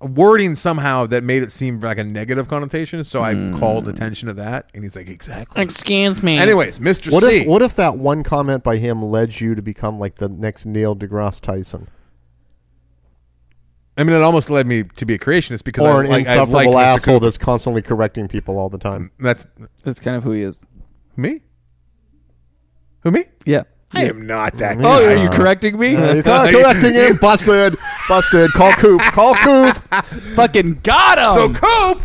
wording somehow that made it seem like a negative connotation so Hmm. i called attention to that and he's like exactly Excuse me. anyways mr What c if what if that one comment by him led you to become like the next Neil deGrasse Tyson? i mean it almost led me to be a creationist because Or I, an like, I insufferable like asshole that's constantly correcting people all [LAUGHS] the time. that's that's kind of who he is. me who me Yeah. i am not that Oh, guy. are you correcting me? You're kind of correcting him. Busted. Busted. Call Coop. Call Coop. [LAUGHS] Fucking got So him. cope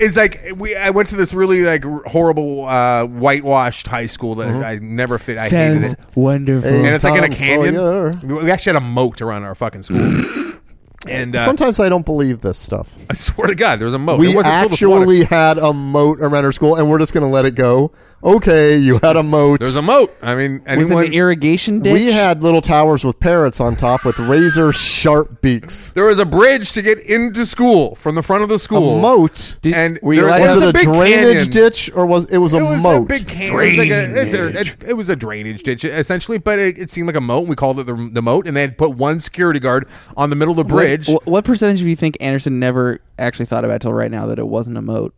is like we. I went to this really like r- horrible uh, whitewashed high school Mm-hmm. that I never fit. I hated it. wonderful. [LAUGHS] Hey. And it's like in a Tom canyon. Sawyer. We actually had a moat around our fucking [COUGHS] school. and uh, Sometimes I don't believe this stuff. I swear to God, there was a moat. It We wasn't filled with water. actually had a moat around our school, and we're just going to let it go. Okay, you had a moat. there's a moat. I mean, With anyone. an irrigation ditch. we had little towers with parrots on top with razor sharp beaks. there was a bridge to get into school from the front of the A school. moat. Did- And were you there allowed It's was it a a big drainage canyon. ditch or was it was a It was moat? a big can- It was, like a, it, there- it- it was a drainage ditch essentially, but it, it seemed like a moat. and We called it the, the moat, and they had put one security guard on the middle of the What bridge. marriage. [LAUGHS] Wh- what percentage of you think Anderson never actually thought about till right now that it wasn't a moat?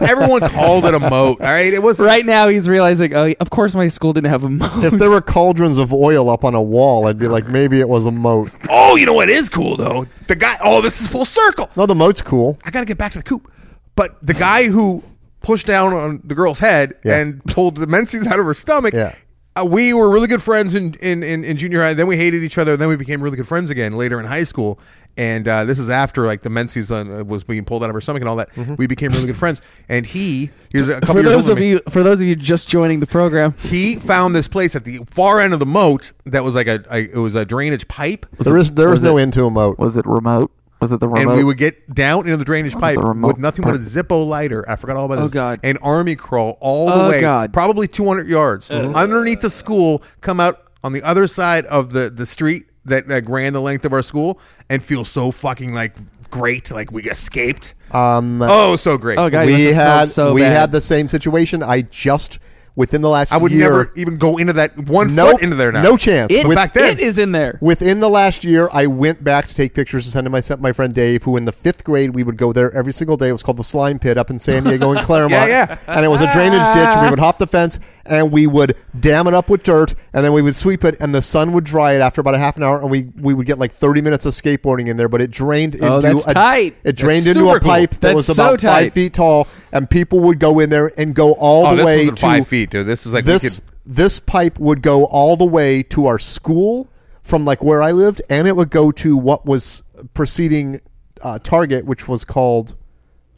Everyone called it a moat. All right, it was Right now, he's realizing, oh, of course, my school didn't have a moat. If there were cauldrons of oil up on a wall, I'd be like, maybe it was a moat. Oh, you know what is cool though? The guy. Oh, this is full circle. No, the moat's cool. I got to get back to the coop. But the guy who pushed down on the girl's head Yeah. and pulled the menses out of her stomach. Yeah. Uh, we were really good friends in, in, in, in junior high. Then we hated each other. Then we became really good friends again later in high school. And uh, this is after like the menses uh, was being pulled out of her stomach and all that. We became really good friends. And he, he was a couple [LAUGHS] Mm-hmm. [LAUGHS] For years those older of than me. you, for those of you just joining the program, He found this place at the far end of the moat that was like a, a it was a drainage pipe. There is there is was no it- end to a moat. was it remote? Was it the remote? and we would get down into the drainage pipe the remote with nothing but a Zippo lighter. I forgot all about Oh, this. God. And army crawl all the Oh, way, God. probably 200 yards underneath the school. Come out on the other side of the the street that, that ran the length of our school, and feel so fucking like great, like we escaped. Um, oh, so great. oh god, he we must have smelled had so we bad. had the same situation. I just within the last I would year, never even go into that one Nope. foot into there now. No chance. It, With- back then. it is in there. Within the last year, I went back to take pictures and send to my my friend Dave, who in the fifth grade we would go there every single day. It was called the Slime Pit up in San Diego [LAUGHS] and Claremont, yeah. and it was a drainage ditch. We would hop the fence and we would dam it up with dirt, and then we would sweep it, and the sun would dry it after about a half an hour, and we we would get like thirty minutes of skateboarding in there. But it drained into Oh, that's a, tight. it drained That's into a super cool. pipe that That's was so about tight. five feet tall, and people would go in there and go all Oh, the this way wasn't to five feet, dude. This is like we this could- this pipe would go all the way to our school from like where I lived, and it would go to what was preceding uh, Target, which was called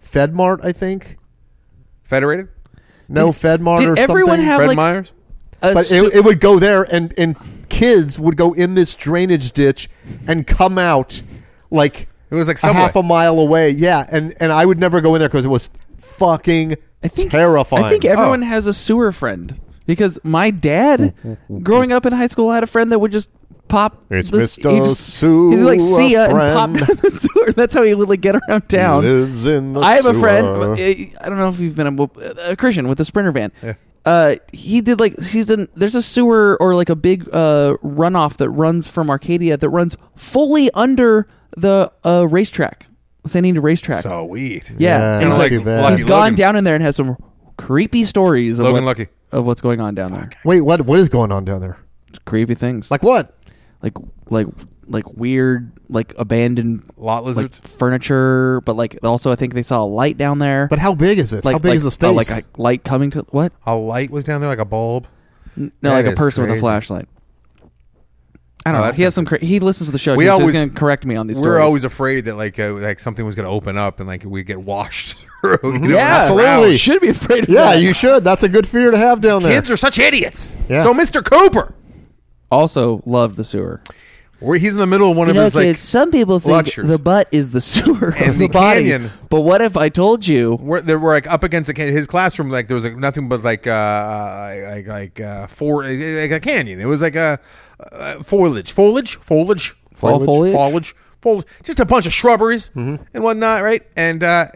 FedMart, I think. federated. No, FedMart did or everyone something. have- Fred like- Myers. A but su- it, it would go there, and and kids would go in this drainage ditch and come out like It was like a Subway. half a mile away. Yeah, and and I would never go in there because it was fucking I think- terrifying. I think everyone has a sewer friend because my dad, growing up in high school, had a friend that would just pop. It's the- Mr. he'd He'd Sewer like see ya and Friend. pop [LAUGHS] down the sewer. That's how he would like get around town. lives in the I have a sewer. friend. uh, I don't know if you've been a, a Christian with the Sprinter van. Uh, he did like he's in. There's a sewer or like a big uh runoff that runs from Arcadia that runs fully under the uh racetrack, San Anita racetrack. So weed. yeah, Yeah, and he's not like, too he's bad. gone Logan. down in there and has some creepy stories of Logan what- Lucky. of what's going on down there. Wait, what what is going on down there? Creepy things Like what? like like like weird like abandoned Lot like lizards. furniture, but like also I think they saw a light down there. But how big is it? like how big like, is the uh, space? like a light coming to what? a light was down there, like a bulb. No, That like a is person with a crazy. flashlight. I Oh, don't know. that's He has some. Cra- he listens to the show. We We always always- going to correct me on these. we're stories. always afraid that like uh, like something was going to open up and like we get washed [LAUGHS] through. You know, yeah, and Mm-hmm. absolutely. drowned. Should be afraid of yeah, that. you should. That's a good fear to have down there. Kids are such idiots. Yeah. So Mr. Cooper, also love the sewer. where he's in the middle of one of his like some people think luxuries. the butt is the [LAUGHS] sewer And the the body. canyon. But what if I told you? where they were like up against the can- his classroom like there was like, nothing but like uh like like uh four like a canyon. It was like a uh, foliage, foliage, foliage, Fall foliage? Mm-hmm. foliage, foliage, just a bunch of shrubberies and whatnot, right? And uh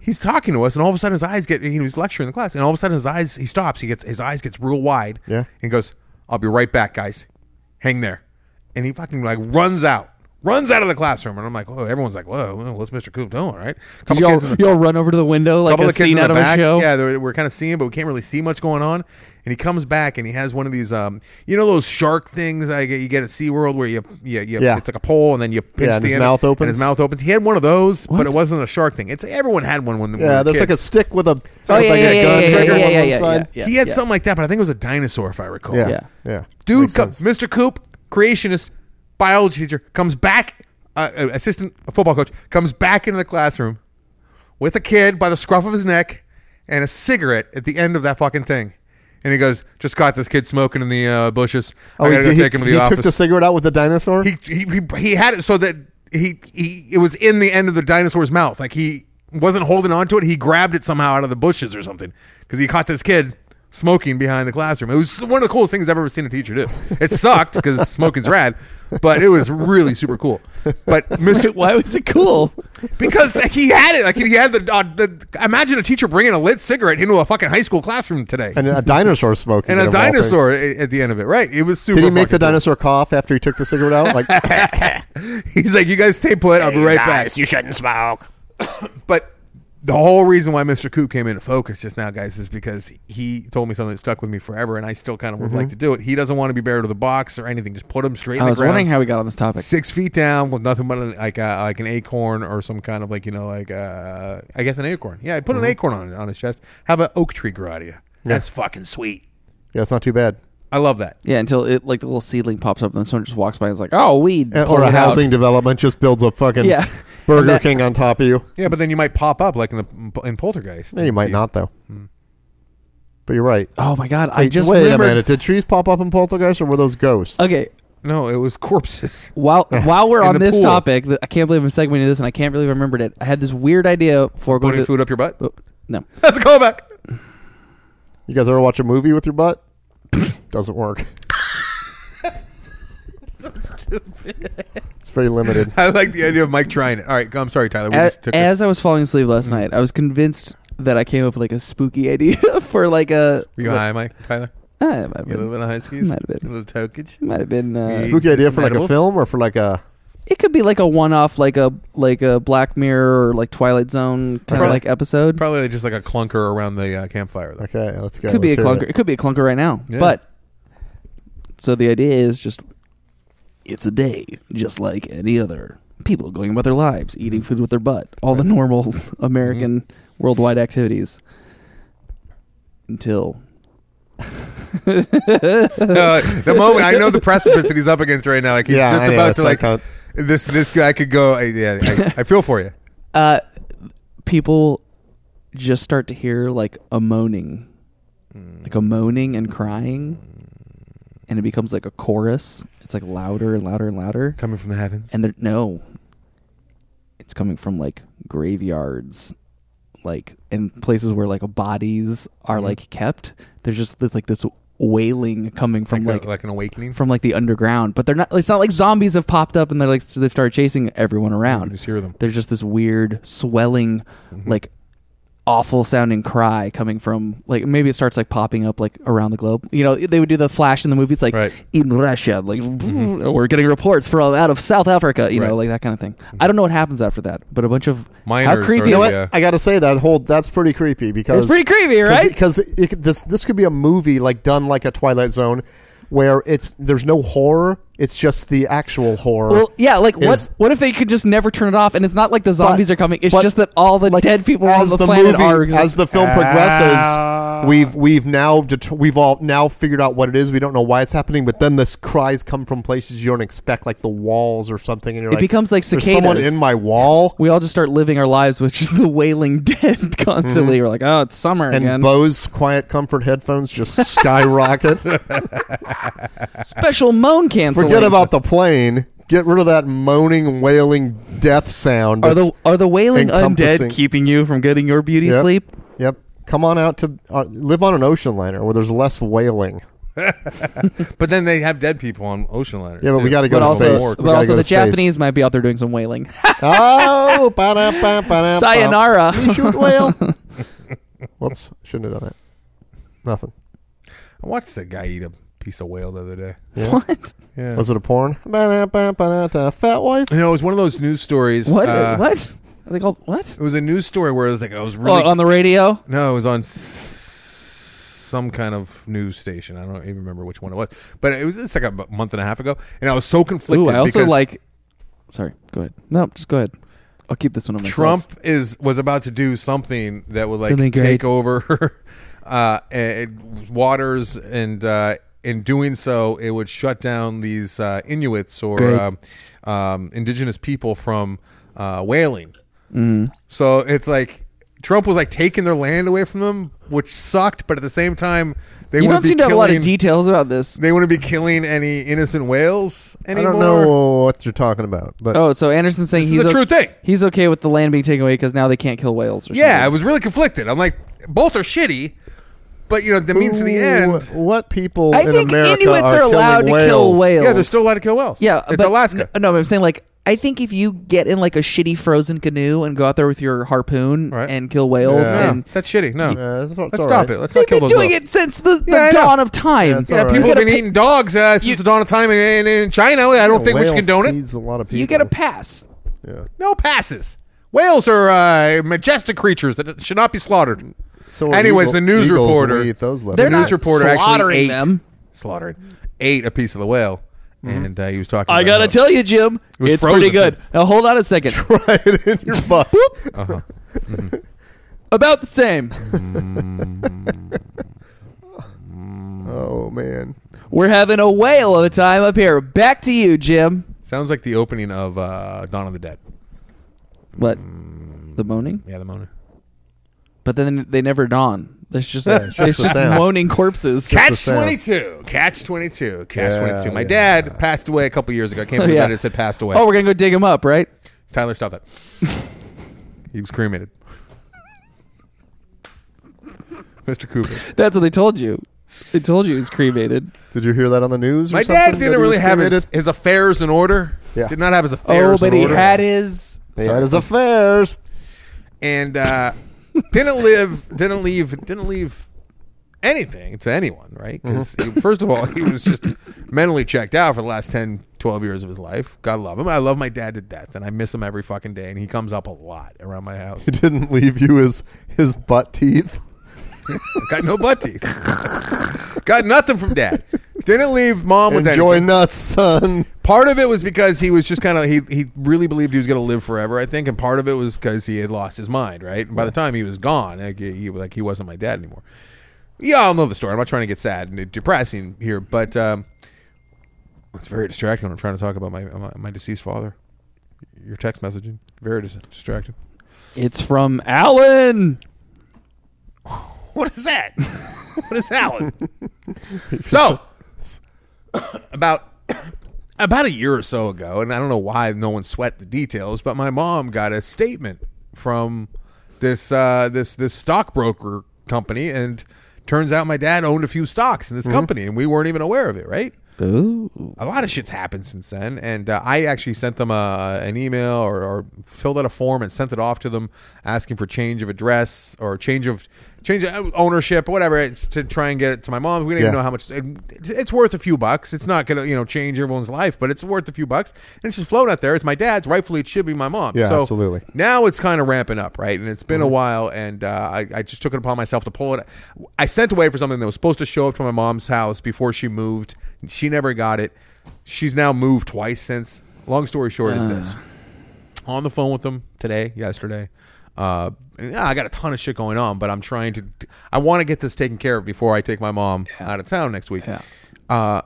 he's talking to us, and all of a sudden his eyes get he was lecturing the class, and all of a sudden his eyes he stops, he gets his eyes gets real wide, Yeah. and goes, "I'll be right back, guys, hang there," and he fucking like runs out. Runs out of the classroom, and I'm like, "Whoa!" Everyone's like, "Whoa, what's Mr. Coop doing?" Right? Did Couple y'all, kids in the- y'all run over to the window like couple a of kids in scene the out of back. a show? Yeah, they were- we're kind of seeing, but we can't really see much going on. And he comes back and he has one of these, um, you know, those shark things like you get at SeaWorld where you, you, you Yeah. it's like a pole and then you pinch Yeah, the and his end mouth and his opens. mouth opens. He had one of those, but it wasn't a shark thing. It's everyone had one when they yeah, were there's like a kids. stick with a, Oh with yeah, like yeah, a yeah, gun yeah, trigger yeah, yeah, on one yeah, side. yeah, yeah, he had yeah. something like that, but I think it was a dinosaur if I recall. Yeah. Yeah. yeah. dude, Makes come, sense. Mr. Coop, creationist, biology teacher, comes back, uh, uh, assistant football coach, comes back into the classroom with a kid by the scruff of his neck and a cigarette at the end of that fucking thing. And he goes, "Just caught this kid smoking in the uh, bushes. Oh, I he, gotta go did- take him to he, the he office." took the cigarette out with the dinosaur. he, he he he had it so that he he it was in the end of the dinosaur's mouth. Like he wasn't holding on to it. He grabbed it somehow out of the bushes or something because he caught this kid smoking behind the classroom. It was one of the coolest things I've ever seen a teacher do. It sucked because smoking's rad, but it was really super cool. But [LAUGHS] Mr. [LAUGHS] Why was [LAUGHS] it cool? because he had it, like he had the, uh, the. Imagine a teacher bringing a lit cigarette into a fucking high school classroom today, and, and a dinosaur smoking. it, a of all things. dinosaur a- at the end of it. Right? It was super. Did he make the fucking cool. dinosaur cough after he took the cigarette out? [LAUGHS] Like, He's like, you guys stay put. I'll be right back. You shouldn't smoke. but the whole reason why Mr. Coop came into focus just now, guys, is because he told me something that stuck with me forever, and I still kind of would like to do it. He doesn't want to be buried with a box or anything. Just put him straight. in Mm-hmm. I the was ground, wondering how we got on this topic. six feet down with nothing but an, like uh, like an acorn or some kind of like you know like uh, I guess an acorn. Yeah, put Mm-hmm. an acorn on on his chest. Have an oak tree grow out of you. That's fucking sweet. yeah, it's not too bad. I love that. Yeah, until it like the little seedling pops up and someone just walks by and is like, "Oh, weed." And, pull or a it out." housing development just builds a [LAUGHS] fucking Yeah. Burger That- King on top of you. Yeah, but then you might pop up like in the in Poltergeist. Yeah, you might not though. Hmm. But you're right. Oh my god! I Wait, just wait remembered- a minute. Did trees pop up in Poltergeist, or were those ghosts? Okay, No, it was corpses. [LAUGHS] while while we're In on the this pool. topic, th- I can't believe I'm segmenting this, and I can't believe I remembered it. I had this weird idea for going Putting to food up your butt. Oh, no. [LAUGHS] That's a callback. You guys ever watch a movie with your butt? [COUGHS] Doesn't work. [LAUGHS] It's very limited. I like the idea of Mike trying it. All right, go- I'm sorry, Tyler. We As, just took Mm. as I was falling asleep last night, I was convinced that I came up with like a spooky [LAUGHS] idea for like a. a, were you high, Mike? Tyler, Ah, it might have you a been. little bit of high skis, Might have been. a little tokage. Might have been uh, Spooky idea for like a Edibles? film or for like a it could be like a one-off, like a like a Black Mirror or like Twilight Zone kind Probably- of like episode. Probably just like a clunker around the uh, campfire. [LAUGHS] Though. okay. Let's go. could be a Let's hear clunker. It. it. could be a clunker right now. Yeah. But so the idea is just it's a day just like any other. People going about their lives, eating food with their butt, all the normal [LAUGHS] Mm-hmm. American worldwide activities. Until No, the moment I know the precipice that he's up against right now, like he's Yeah, just I know, about it's to like like this. This guy could go. I, yeah, I, I feel for you. uh, people just start to hear like a moaning, like a moaning and crying, and it becomes like a chorus. It's like louder and louder and louder. Coming from the heavens. And there, no, it's coming from like graveyards, like in places where like bodies are like kept. There's just there's like this wailing coming from Like, like, like, an awakening. from like the underground, but they're not. It's not like zombies have popped up and they're like so they've started chasing everyone around. You just hear them. Mm-hmm. There's just this weird swelling, like awful sounding cry coming from like maybe it starts like popping up like around the globe. You know, they would do the flash in the movie. It's like Right. Mm-hmm. in Russia, like we're getting reports from out of South Africa. You Right. Mm-hmm. know, like that kind of thing. I don't know what happens after that, but a bunch of Miners how creepy. You know what? Yeah. I got to say that whole that's pretty creepy because It's pretty creepy, right? Because this this could be a movie like done like a Twilight Zone, where it's there's no horror. It's just the actual horror. Well, yeah, like is- what? What if they could just never turn it off? And it's not like the zombies are coming. It's but- just that all the like, dead people on as the, planet movie, are as the film progresses. We've we've now det- we've all now figured out what it is. We don't know why it's happening, but then this cries come from places you don't expect, like the walls or something. And you're It like, becomes like "There's someone cicadas." in my wall. we all just start living our lives with [LAUGHS] just the wailing dead [LAUGHS] constantly. We're like, oh, it's summer And again. Bose quiet comfort [LAUGHS] headphones just skyrocket. Special moan canceling. Forget about the plane. Get rid of that moaning, wailing death sound. are the It's- are the wailing encompassing- undead keeping you from getting your beauty Yep. sleep? Yep. Come on out to uh, live on an ocean liner where there's less wailing. But then they have dead people on ocean liners. Yeah, but we too. got to go But to also, space. We but gotta also go to the space. Japanese might be out there doing some wailing. [LAUGHS] oh, ba-da, ba, ba-da, ba. Sayonara. We [LAUGHS] shoot whale. Whoops, shouldn't have done that. Nothing. I watched that guy eat a piece of whale the other day. what? Yeah. Was it a porn? Ba-da, ba, ba-da, fat wife. You know, it was one of those news stories. What? uh, what? Are they called what? It was a news story where it was like I was really oh, on the radio. No, it was on s- some kind of news station. I don't even remember which one it was, but it was it's like a b- month and a half ago, and I was so conflicted. Ooh, I also because like. Sorry, go ahead. No, just go ahead. I'll keep this one on myself. Trump is was about to do something that would like Something take great. over [LAUGHS] uh, and, waters, and uh, in doing so, it would shut down these uh, Inuits or Great. um, um, indigenous people from uh, whaling. Mm. So it's like Trump was like taking their land away from them, which sucked. But at the same time, they You wouldn't don't be seem to have a lot of killing- details about this. They wouldn't be killing any innocent whales I anymore. don't know what you're talking about, but Oh, so Anderson's saying This is he's the o- true thing. He's okay with the land being taken away because now they can't kill whales. Or Yeah, I something. was really conflicted. I'm like, both are shitty, But you know, that means to the end. What people I in think America Inuits are, killing allowed to kill whales. Yeah, there's still allowed to kill whales. Yeah, it's but Alaska. n- no, but I'm saying like I think if you get in like a shitty frozen canoe and go out there with your harpoon Right. and kill whales, Yeah. and that's shitty. No, Yeah, that's not- it's let's all stop right. it. Let's they've not kill been those doing whales. it since the, the Yeah, I know. dawn of time. Yeah, it's all Yeah, right. people You have gotta been pick- eating dogs uh, since you- the dawn of time in, in, in China. I don't A think we whale should condone it. feeds a lot of people. you get a pass. Yeah. No passes. Whales are uh, majestic creatures that should not be slaughtered. So are Anyways, eagle- the news eagles, reporter- we eat those living. [LAUGHS] They're the news not reporter actually slaughtering ate them. Mm-hmm. slaughtering ate a piece of the whale, and uh, he was talking. I about gotta how- tell you, Jim, was it's frozen. pretty good. Now hold on a second. Try it in your butt. About the same. oh man. We're having a whale of a time up here. Back to you, Jim. Sounds like the opening of uh, Dawn of the Dead. What? The moaning? Yeah, the moaning. But then they never dawn. It's just it's just, just the sound. moaning corpses. the Catch sound. twenty two. Catch twenty two. Catch Yeah, twenty two. My yeah. dad passed away a couple years ago. I [LAUGHS] can't believe Yeah. that it said passed away. Oh, we're gonna go dig them up, right? Tyler, stop that. [LAUGHS] he was cremated. Mr. Cooper. That's what they told you. They told you he was cremated. Did you hear that on the news? or My something? dad That he didn't really was have his, cremated? his affairs in order. Yeah. Did not have his Oh, affairs in order. his. He had his affairs. and uh, didn't live didn't leave didn't leave anything to anyone right because first of all he was just mentally checked out for the last 10 12 years of his life god love him i love my dad to death and i miss him every fucking day and he comes up a lot around my house He didn't leave you his his butt teeth. got no butt teeth [LAUGHS] got nothing from dad didn't leave mom with Enjoy anything. nuts, son. Part of it was because he was just kind of he he really believed he was going to live forever, I think, and part of it was because he had lost his mind. Right and by the time he was gone, like he, he- like he wasn't my dad anymore. Yeah, I'll know the story. I'm not trying to get sad and depressing here, but um, it's very distracting when I'm trying to talk about my my, my deceased father. Your text messaging very dis- distracting. It's from Alan. [LAUGHS] What is that? what is Alan? so about about a year or so ago, and I don't know why no one sweat the details, but my mom got a statement from this uh, this this stockbroker company, and turns out my dad owned a few stocks in this company, and we weren't even aware of it, right? Ooh. a lot of shit's happened since then, and uh, I actually sent them a, an email or, or filled out a form and sent it off to them, asking for change of address or change of change of ownership, whatever, it's to try and get it to my mom. We didn't even Yeah. know how much. It, it's worth a few bucks. It's not gonna you know change everyone's life, but it's worth a few bucks. And it's just floating out there. It's my dad's. Rightfully, it should be my mom's. Yeah, So absolutely. Now it's kind of ramping up, right? And it's been a while, and uh, I, I just took it upon myself to pull it. I sent away for something that was supposed to show up to my mom's house before she moved. She never got it. She's now moved twice since. Long story short is this: on the phone with them today, yesterday. Uh, and, yeah, I got a ton of shit going on, but I'm trying to. I want to get this taken care of before I take my mom out of town next week. Yeah. Uh,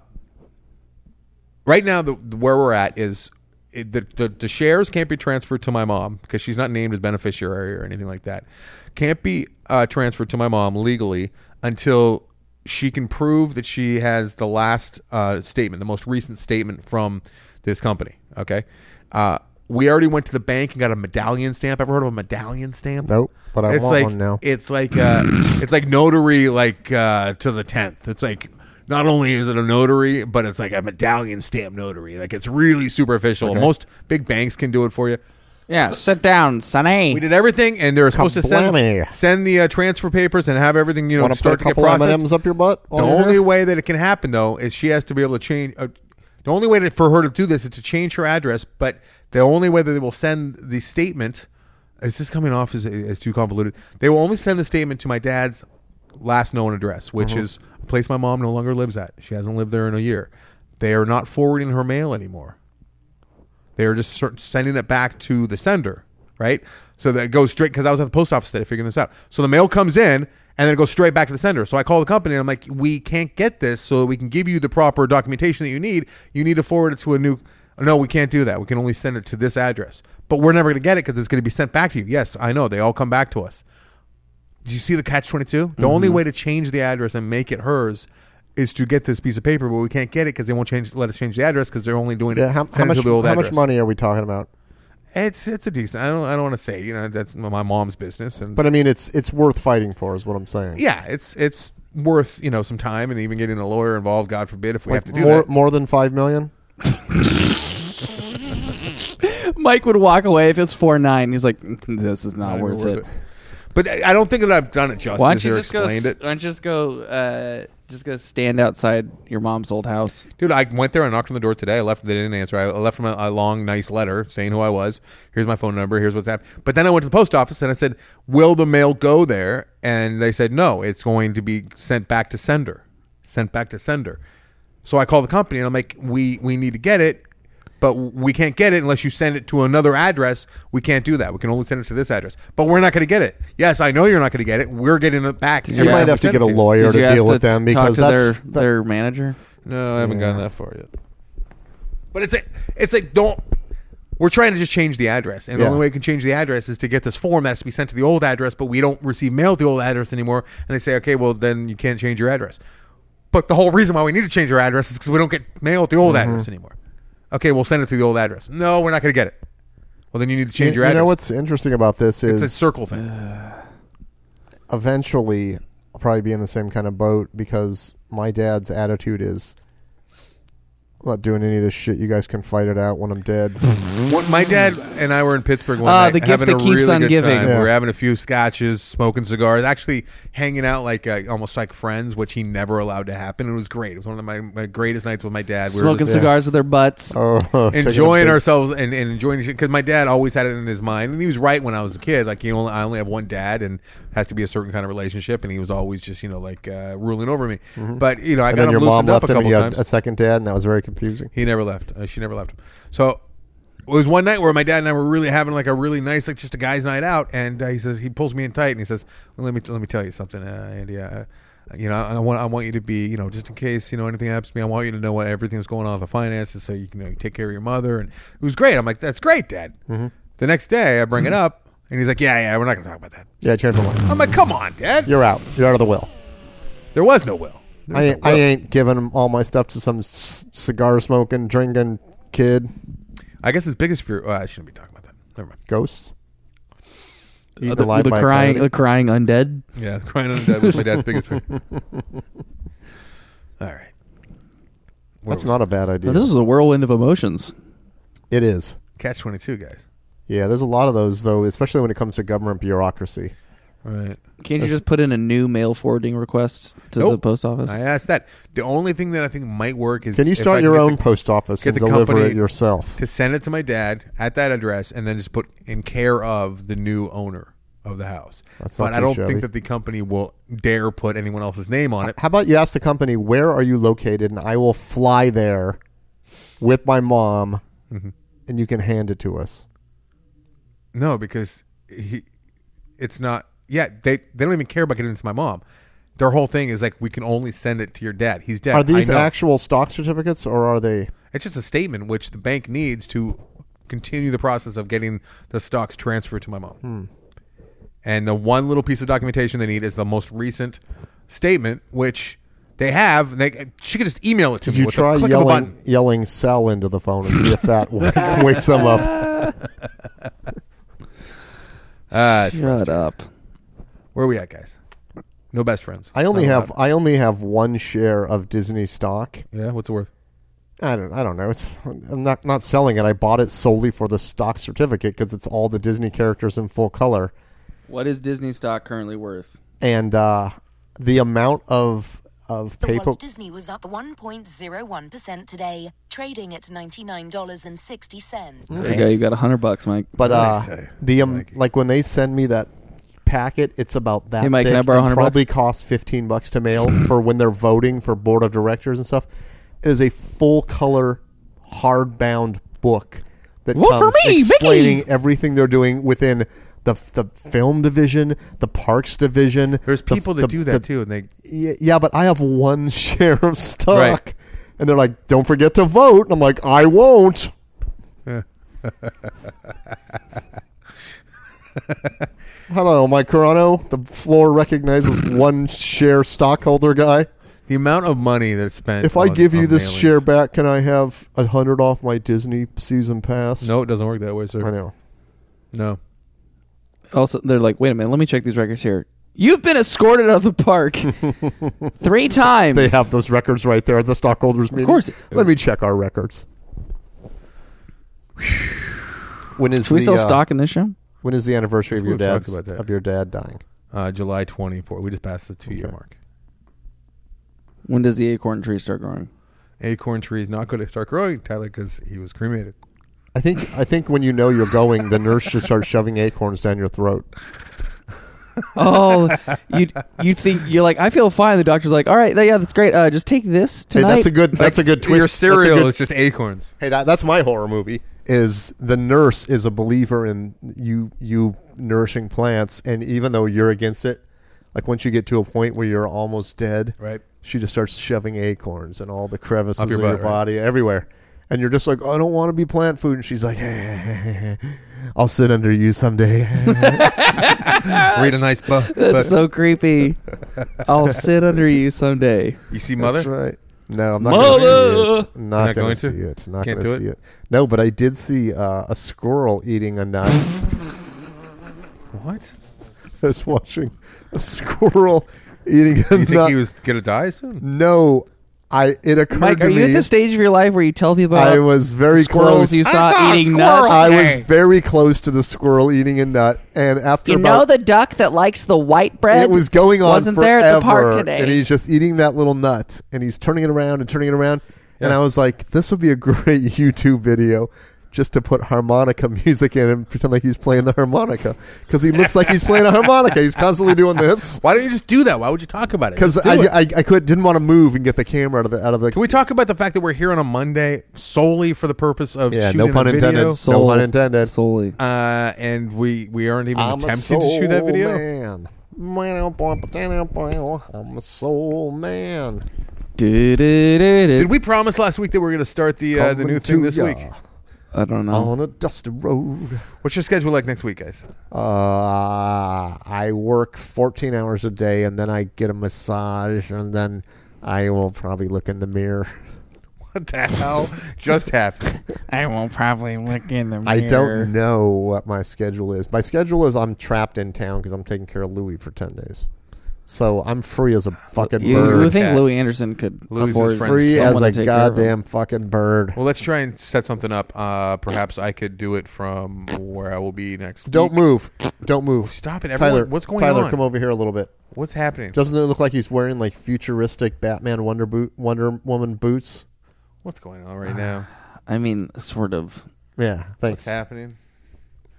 right now the, the- where we're at is it, the, the the shares can't be transferred to my mom because she's not named as beneficiary or anything like that. Can't be uh, transferred to my mom legally until she can prove that she has the last uh, statement, the most recent statement from this company. Okay, uh, we already went to the bank and got a medallion stamp. Ever heard of a medallion stamp? Nope, but I it's want like, one now. It's like uh, it's like notary like uh, to the tenth. It's like not only is it a notary, but it's like a medallion stamp notary. Like it's really superficial. Most big banks can do it for you. Yeah, sit down, Sonny. We did everything, and they're supposed to Kablammy. send send the uh, transfer papers and have everything you know Want to put a start to get couple M and processed. e- M's up your butt? The only way that it can happen though is she has to be able to change. Uh, the only way to, for her to do this is to change her address. But the only way that they will send the statement is this coming off as, as too convoluted. They will only send the statement to my dad's last known address, which is a place my mom no longer lives at. She hasn't lived there in a year. They are not forwarding her mail anymore. They are just cer- sending it back to the sender, right? So that it goes straight because I was at the post office today figuring this out. So the mail comes in and then it goes straight back to the sender. So I call the company and I'm like, we can't get this, so we can give you the proper documentation that you need. You need to forward it to a new. No, we can't do that. We can only send it to this address, but we're never going to get it because it's going to be sent back to you. Yes, I know. They all come back to us. Do you see the catch 22? The Mm-hmm. only way to change the address and make it hers is to get this piece of paper, but we can't get it because they won't change. Let us change the address because they're only doing Yeah, it. how, how send it much, to the old how much address. money are we talking about? It's it's a decent. I don't I don't want to say you know that's my mom's business and But I mean, it's it's worth fighting for, is what I'm saying. yeah it's it's worth you know some time and even getting a lawyer involved. God forbid if we have to do more that. more than five million. Mike would walk away if it's four nine. He's like, "Mm, this is not, Not even worth, it. But I I don't think that I've done it justice Why don't you or just go? explained s- it, Why don't you just go? Uh, just go stand outside your mom's old house. dude. I went there. I knocked on the door today. I left. They didn't answer. I left them a, a long, nice letter saying who I was. Here's my phone number. Here's what's happened. But then I went to the post office and I said, "Will the mail go there?" And they said, "No. It's going to be sent back to sender. Sent back to sender." So I called the company and I'm like, "We we need to get it." But we can't get it unless you send it to another address. We can't do that. We can only send it to this address. But we're not going to get it. Yes, I know you're not going to get it. We're getting it back. You You Yeah, might have to get a lawyer Did you to ask deal with to them t- talk because to that's their, that- their manager. No, I haven't gotten that far yet. But it's a, it's like don't. We're trying to just change the address, and the Yeah. only way we can change the address is to get this form that has to be sent to the old address. But we don't receive mail at the old address anymore, and they say, okay, well then you can't change your address. But the whole reason why we need to change our address is because we don't get mail at the old Mm-hmm. address anymore. Okay, we'll send it to the old address. No, we're not going to get it. Well, then you need to change you, your you address. know what's interesting about this it's is a circle thing. eventually I'll probably be in the same kind of boat because my dad's attitude is I'm not doing any of this shit. You guys can fight it out when I'm [LAUGHS] dead. One- my dad and I were in Pittsburgh one Ah, night, the gift having that a keeps really on good giving. time. Yeah. We were having a few scotches, smoking cigars, actually hanging out like uh, almost like friends, which he never allowed to happen. It was great. It was one of my, my greatest nights with my dad. We were Smoking just cigars with their butts. oh, [LAUGHS] taking a enjoying big- ourselves and, and enjoying shit because my dad always had it in his mind, and he was right when I was a kid. Like you only, I only have one dad, and has to be a certain kind of relationship, and he was always just you know like uh, ruling over me. But you know, I got Mm-hmm. And then him your mom loosened up a left him, couple and you had times. a second dad, and that was very confusing. He never left. Uh, she never left him. So it was one night where my dad and I were really having like a really nice, like just a guys' night out, and uh, he says he pulls me in tight and he says, well, "Let me let me tell you something, uh, Andy. Uh, you know, I, I want I want you to be, you know, just in case you know anything happens to me, I want you to know what everything that's going on with the finances, so you can you know, take care of your mother." And it was great. I'm like, "That's great, Dad." The next day, I bring it up, and he's like, "Yeah, yeah, we're not going to talk about that." Yeah, Jennifer, Lawrence. I'm like, "Come on, Dad. you're out. You're out of the will. There was no will." I ain't, I ain't giving him all my stuff to some c- cigar smoking, drinking kid. I guess his biggest fear. Oh, I shouldn't be talking about that. Never mind. Ghosts. Uh, Eaten the, alive the by a crying, coyote. the crying undead. Yeah, crying on the dad was my dad's biggest fear. All right. Where That's were not a bad idea. Now, this is a whirlwind of emotions. it is. we? catch twenty two guys. Yeah, there's a lot of those though, especially when it comes to government bureaucracy. Right. Can't you That's- just put in a new mail forwarding request to the Nope. post office? I asked that. The only thing that I think might work is Can you if I start your get own the- post office get and the deliver company it yourself? to send it to my dad at that address, and then just put in care of the new owner of the house. That's not but I too don't shabby. think that the company will dare put anyone else's name on it. How about you ask the company where are you located, and I will fly there with my mom, Mm-hmm. and you can hand it to us. No, because he, it's not. Yeah, they they don't even care about getting it to my mom. Their whole thing is like we can only send it to your dad. He's dead. Are these I know. actual stock certificates, or are they? It's just a statement which the bank needs to continue the process of getting the stocks transferred to my mom. Hmm. And the one little piece of documentation they need is the most recent statement, which they have. And they, she could just email it to Did me you with try a click of a button. yelling yelling "sell" into the phone and see if [LAUGHS] that wake- wakes them up? Uh, Shut up. where are we at, guys? No best friends. I only Not have allowed. I only have one share of Disney stock. Yeah, what's it worth? I don't I don't know. It's I'm not not selling it. I bought it solely for the stock certificate because it's all the Disney characters in full color. What is Disney stock currently worth? and uh, the amount of of The paper Walt Disney was up 1.01% today, trading at $99.60. There you go. You got a hundred bucks, Mike. but Nice uh, day, the um, Mikey. like when they send me that packet it's about that Hey, Mike, thick can I borrow and 100 bucks? probably costs 15 bucks to [LAUGHS] mail for when they're voting for board of directors and stuff it is a full color hardbound book that Vote for comes me, Mickey! explaining everything they're doing within the, the film division the parks division There's the- people the- that do that the- too, and they yeah, yeah, but I have one [LAUGHS] share of stock. Right. And they're like, don't forget to vote. And I'm like, I [LAUGHS] won't. Hello, Mike Carano. The floor [COUGHS] recognizes one share stockholder guy. the amount of money that's spent. If I on- give you on this mailings- share back, can I have a hundred off my Disney season pass? no, it doesn't work that way, sir. I know. No, Also, they're like, wait a minute. Let me check these records here. You've been escorted out of the [LAUGHS] park three times. They have those records right there at the stockholders meeting. course. Let me check our records. When is Should we the, sell uh, stock in this show? When is the anniversary of your We've talked dad's about that. of your dad dying? Uh, July 24. We just passed the two year mark. When does the acorn tree start growing? Acorn tree is not going to start growing, Tyler, because he was cremated. I think I think when you know you're going, the nurse should start shoving acorns down your throat. [LAUGHS] Oh, you you think you're like I feel fine. The doctor's like, all right, yeah, that's great. Uh, just take this Hey, tonight. that's a good that's a good twist. Your That's a cereal good- is just acorns. hey, that, that's my horror movie. Is the nurse is a believer in you you nourishing plants, and even though you're against it, like once you get to a point where you're almost dead, Right. She just starts shoving acorns and all the crevices Up your of butt, right. your body everywhere, and you're just like, I don't want to be plant food, and she's like, [LAUGHS] I'll sit under you someday. [LAUGHS] Read a nice book. That's so creepy. I'll sit under you someday. you see, That's mother? right. No, I'm not going to Mother! see it. Not, not gonna going to? see it. Not Can't going do to see it? it. No, but I did see uh, a squirrel eating a nut. [LAUGHS] What? I was watching a squirrel eating a Do you think nut. he was going to die soon? no, I. It occurred Mike, to are me. you at the stage of your life where you tell people about I was very squirrels close. you saw, saw a eating squirrel. nuts? I was Hey. very close to the squirrel eating a nut, and after You about know the duck that likes the white bread? it was going on Wasn't forever, there at the park today? and he's just eating that little nut, and he's turning it around and turning it around, and I was like, this would be a [LAUGHS] great YouTube video. Just to put harmonica [LAUGHS] music in and pretend like he's playing the harmonica because he looks like he's playing a harmonica. He's constantly doing this [LAUGHS] Why don't you just do that? Why would you talk about it? because Just do I, it. I I could didn't want to move and get the camera out of the out of the Can we talk about the fact that we're here on a Monday solely for the purpose of yeah shooting no pun a video? intended no Soul. pun intended solely. Uh, and we we aren't even I'm a attempting to shoot that soul video. man. I'm a soul man. Did Did we promise last week that we are going to start the uh, the new Coming thing to this ya week? I don't Hmm. know. on a dusty road. What's your schedule like next week, guys? [LAUGHS] Uh, I work 14 hours a day and then I get a massage and then I will probably look in the mirror. What the hell just happened? I will probably look in the mirror. I don't know what my schedule is. My schedule is I'm trapped in town because I'm taking care of Louis for 10 days. So I'm free as a fucking You, you would bird. think cat. Louis Anderson could Louis' afford friend. Free as someone a to take care of him. goddamn fucking bird. Well, let's try and set something up. Uh, perhaps I could do it from where I will be next. Don't week. move. Don't move. Stop it, everyone. Tyler, What's going Tyler, on? come over here a little bit. What's happening? Doesn't it look like he's wearing like futuristic Batman Wonder Boot Wonder Woman boots? What's going on right [SIGHS] now? I mean, sort of. Yeah, What's thanks. happening?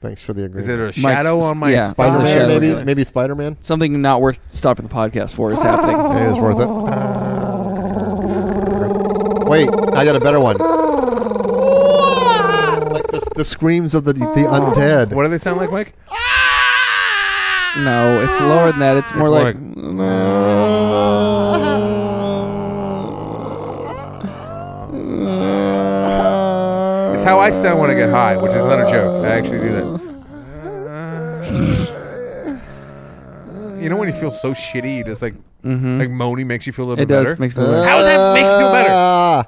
Thanks for the agreement. Is it a shadow on my yeah, spine? Spider Shadow Man, maybe guy. maybe Spider Man. Something not worth stopping the podcast for is happening. [LAUGHS] It is worth it. Wait, I got a better one. Like the, the screams of the the undead. [LAUGHS] What do they sound like, Mike? No, it's lower than that. It's more more like. It's how I sound when I get high, which is not a joke. I actually do that. [SIGHS] You know when you feel so shitty, you just like like moaning makes you feel a little mm-hmm. Mm. it bit better. does. Makes me. Uh, laugh. how does that make you feel better? Ah,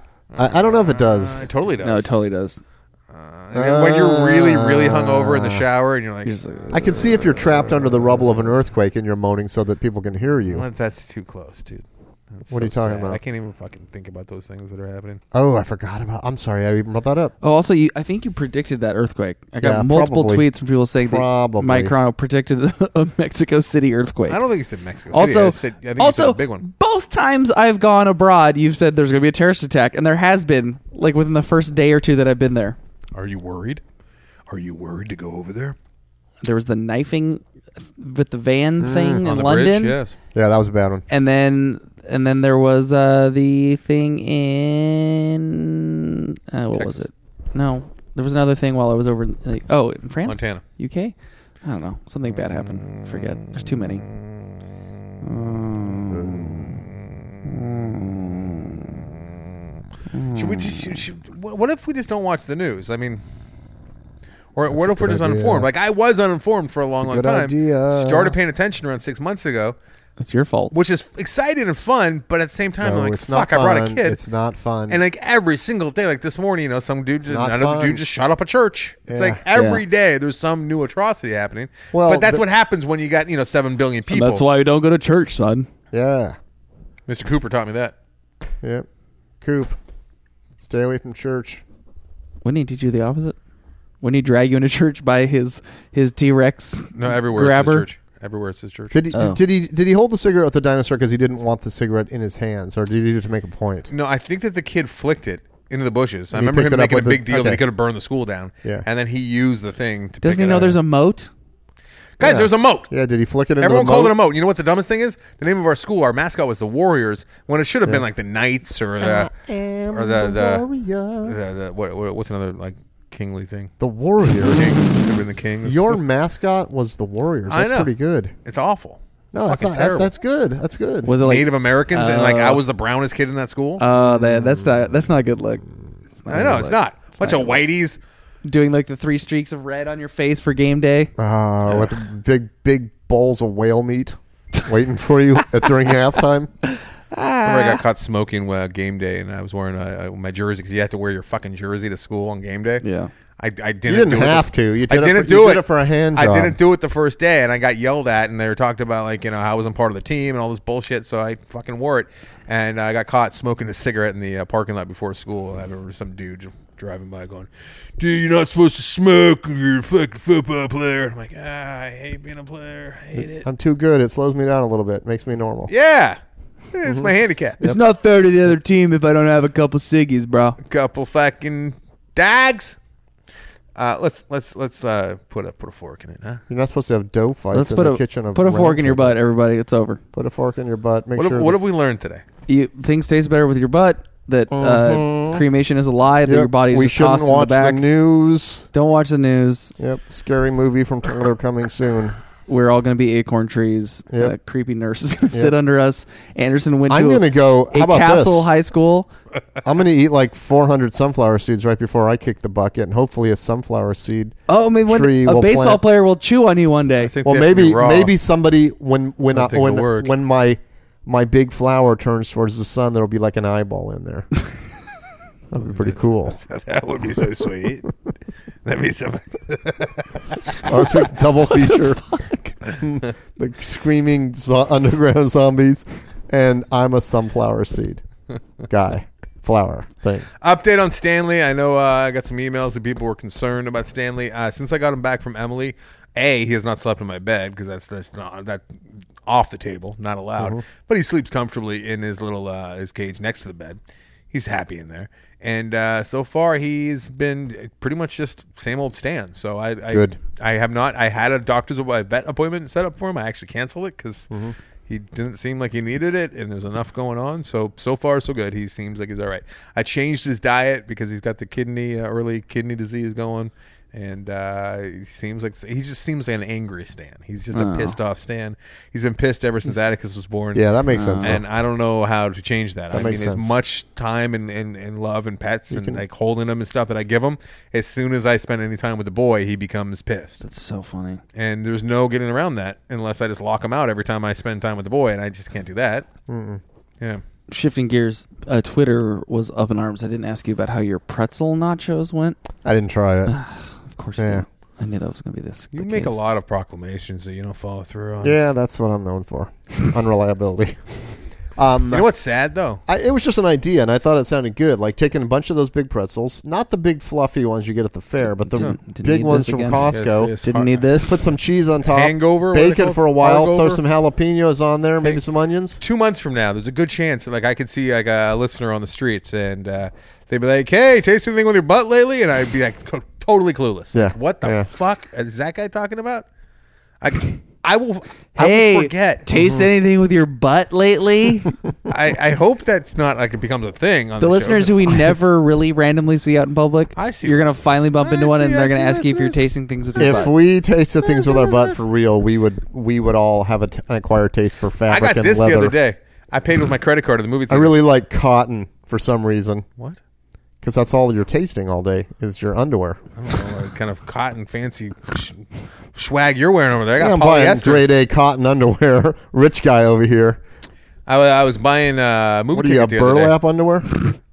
I, I don't know if it does. It totally does. No, it totally does. And then when you're really, really hungover in the shower and you're like, You're just like, I can see if you're trapped under the rubble of an earthquake and you're moaning so that people can hear you. "Well, that's too close, dude. That's What are so you talking sad. about? I can't even fucking think about those things that are happening. Oh, I forgot about. I'm sorry, I even brought that up. Oh, also, you, I think you predicted that earthquake. I got Yeah, multiple probably. tweets from people saying Probably. that Mike Crono predicted [LAUGHS] a Mexico City earthquake. I don't think you said Mexico. City. I also, said, I think you also, said a big one. both times I've gone abroad, you've said there's going to be a terrorist attack, and there has been, like within the first day or two that I've been there. Are you worried? Are you worried to go over there There was the knifing with the van thing in Mm, on the London, bridge? Yes. Yeah, that was a bad one. and then and then there was uh, the thing in uh, what was Texas. it? No, there was another thing while I was over. In, like, oh, in France, Montana. UK. I don't know. Something bad happened. Forget. There's too many. Should we just? Should, should, wha- what if we just don't watch the news? I mean, or what a if we're good just idea. uninformed? Like I was uninformed for a long, a long good time. idea. Started paying attention around six months ago, It's your fault. which is exciting and fun, but at the same time, No, I'm like, it's not fuck, I brought a fun. kid. It's not fun. And like every single day, like this morning, you know, some dude, just, not another fun. dude just shot up a church. It's Yeah. like every Yeah. day there's some new atrocity happening. Well, but that's the- what happens when you got you know seven billion people. That's why we don't go to church, son. yeah. Mr. Cooper taught me that. Yep. Coop. Stay away from church. Wouldn't he teach you the opposite? Wouldn't he drag you into church by his his T Rex? No, everywhere Grabber. it's his church. Everywhere it's his church. Did he, Oh. did he did he hold the cigarette with the dinosaur because he didn't want the cigarette in his hands, or did he do it to make a point? No, I think that the kid flicked it into the bushes. I And he remember picked him it up making a with the- big deal that he okay. could have burned the school down. Yeah. And then he used the thing to Doesn't pick he it know up. there's a moat? Guys, Yeah. there's a moat. Yeah, did he flick it into Everyone the called it a moat? moat. You know what the dumbest thing is? The name of our school, our mascot was the Warriors, when it should have been like the Knights or the am or the the the, warrior. the, the what, what what's another like kingly thing? The Warriors. [LAUGHS] Kings should have been the Kings. Your mascot was the Warriors. I That's know. pretty good. it's awful. No, that's Fucking not. That's, terrible. that's good. That's good. Was it like Native Americans and like I Oh. was the brownest kid in that school. Oh, that, that's not that's not a good look. It's not I a know good it's look. not. Bunch of whiteys. doing like the three streaks of red on your face for game day. Uh, with the big big bowls of whale meat waiting [LAUGHS] for you at, during halftime. Remember, I got caught smoking uh, game day, and I was wearing uh, uh, my jersey because you have to wear your fucking jersey to school on game day. Yeah. I, I didn't. You didn't do it have the- to. You I did it didn't for- do you it did it for a hand I job. didn't do it the first day, and I got yelled at, and they were talking about like you know I wasn't part of the team and all this bullshit. So I fucking wore it, and I got caught smoking a cigarette in the uh, parking lot before school. And I remember some dude just driving by going, "Dude, you're not supposed to smoke. You're a fucking football player." I'm like, ah, I hate being a player. I hate it. I'm too good. It slows me down a little bit. Makes me normal. Yeah, it's my handicap. It's not fair to the other team if I don't have a couple ciggies, bro. couple fucking dags. Uh, let's let's let's uh, put a put a fork in it, huh? You're not supposed to have dough fights Let's in put the a kitchen. Of put a fork in Rancho. your butt, everybody. It's over. Put a fork in your butt. Make What, sure. have, what that- have we learned today? You things taste better with your butt. That uh, cremation is a lie. That Mm-hmm. Yep, your body is we just shouldn't tossed in watch the back. news. don't watch the news. Yep, scary movie from Tyler coming soon. We're all going to be acorn trees. Yep. A creepy nurse is going to sit under us. Anderson went I'm to gonna a, go. a How about Castle this? High School. I'm gonna eat like 400 sunflower seeds right before I kick the bucket, and hopefully a sunflower seed. Oh, I mean, when Tree a will baseball plant- player will chew on you one day. I think well, they have to be maybe raw. maybe somebody when when I I, think the when word. when my my big flower turns towards the sun, there'll be like an eyeball in there. That'd be pretty cool. [LAUGHS] that would be so sweet. That'd be so. Or it's like double feature. [LAUGHS] the screaming zo- underground zombies, and I'm a sunflower seed guy, flower thing. Update on Stanley. I know uh, I got some emails that people were concerned about Stanley. Uh, since I got him back from Emily, a he has not slept in my bed because that's that's not that off the table, not allowed. But he sleeps comfortably in his little uh, his cage next to the bed. He's happy in there, and uh, so far he's been pretty much just same old Stan. So I, I Good. I have not. I had a doctor's a vet appointment set up for him. I actually canceled it because he didn't seem like he needed it, and there's enough going on. So so far so good. He seems like he's all right. I changed his diet because he's got the kidney uh, early kidney disease going, and uh, he seems like he just seems like an angry Stan. He's just a pissed off Stan. He's been pissed ever since Atticus was born. Yeah, that makes sense. though. And I don't know how to change that. I Uh-huh. makes mean, as sense. much time and, and, and love and pets and like holding them and stuff that I give him, as soon as I spend any time with the boy, he becomes pissed. That's so funny. And there's no getting around that unless I just lock him out every time I spend time with the boy, and I just can't do that. mm Yeah. Shifting gears, uh, Twitter was up in arms. I didn't ask you about how your pretzel nachos went. I didn't try it. Of course, Yeah. you did. I knew that was going to be this. You the make a case. lot of proclamations that you don't follow through on. Yeah, that's what I'm known for. [LAUGHS] Unreliability. Um, You know what's sad, though? I, it was just an idea, and I thought it sounded good. Like taking a bunch of those big pretzels, not the big fluffy ones you get at the fair, but the Didn't- didn't need big this ones from again. Costco. Yes, yes. Didn't need this. Put some cheese on top, Hangover, what are they bacon called? for a while. Throw Hangover? some jalapenos on there, maybe some onions. two months from now, there's a good chance that like I could see like a listener on the streets and uh, they'd be like, "Hey, taste anything with your butt lately?" And I'd be like, co- totally clueless. Yeah. Like, what the Yeah. fuck is that guy talking about? I, I will. I Hey, will forget. taste anything with your butt [LAUGHS] lately? the I, I hope that's not like it becomes a thing. On the, show. listeners who we never really randomly see out in public, I see you're gonna listeners. finally bump into I one, and see- I they're gonna see ask you if you're listeners. tasting things with your If butt. we tasted things with [LAUGHS] our butt for real, we would we would all have a t- an acquired taste for I fabric got and this leather. the other day. I paid with my credit card at the movie I theater. really like cotton for some reason what? because that's all you're tasting all day is your underwear. I don't know, like, kind of cotton fancy sh- swag you're wearing over there. I got Yeah, I'm buying polyester. grade A cotton underwear. [LAUGHS] Rich guy over here. I, wa- I was buying uh, movie What do you ticket got? the other day. [LAUGHS] Burlap underwear?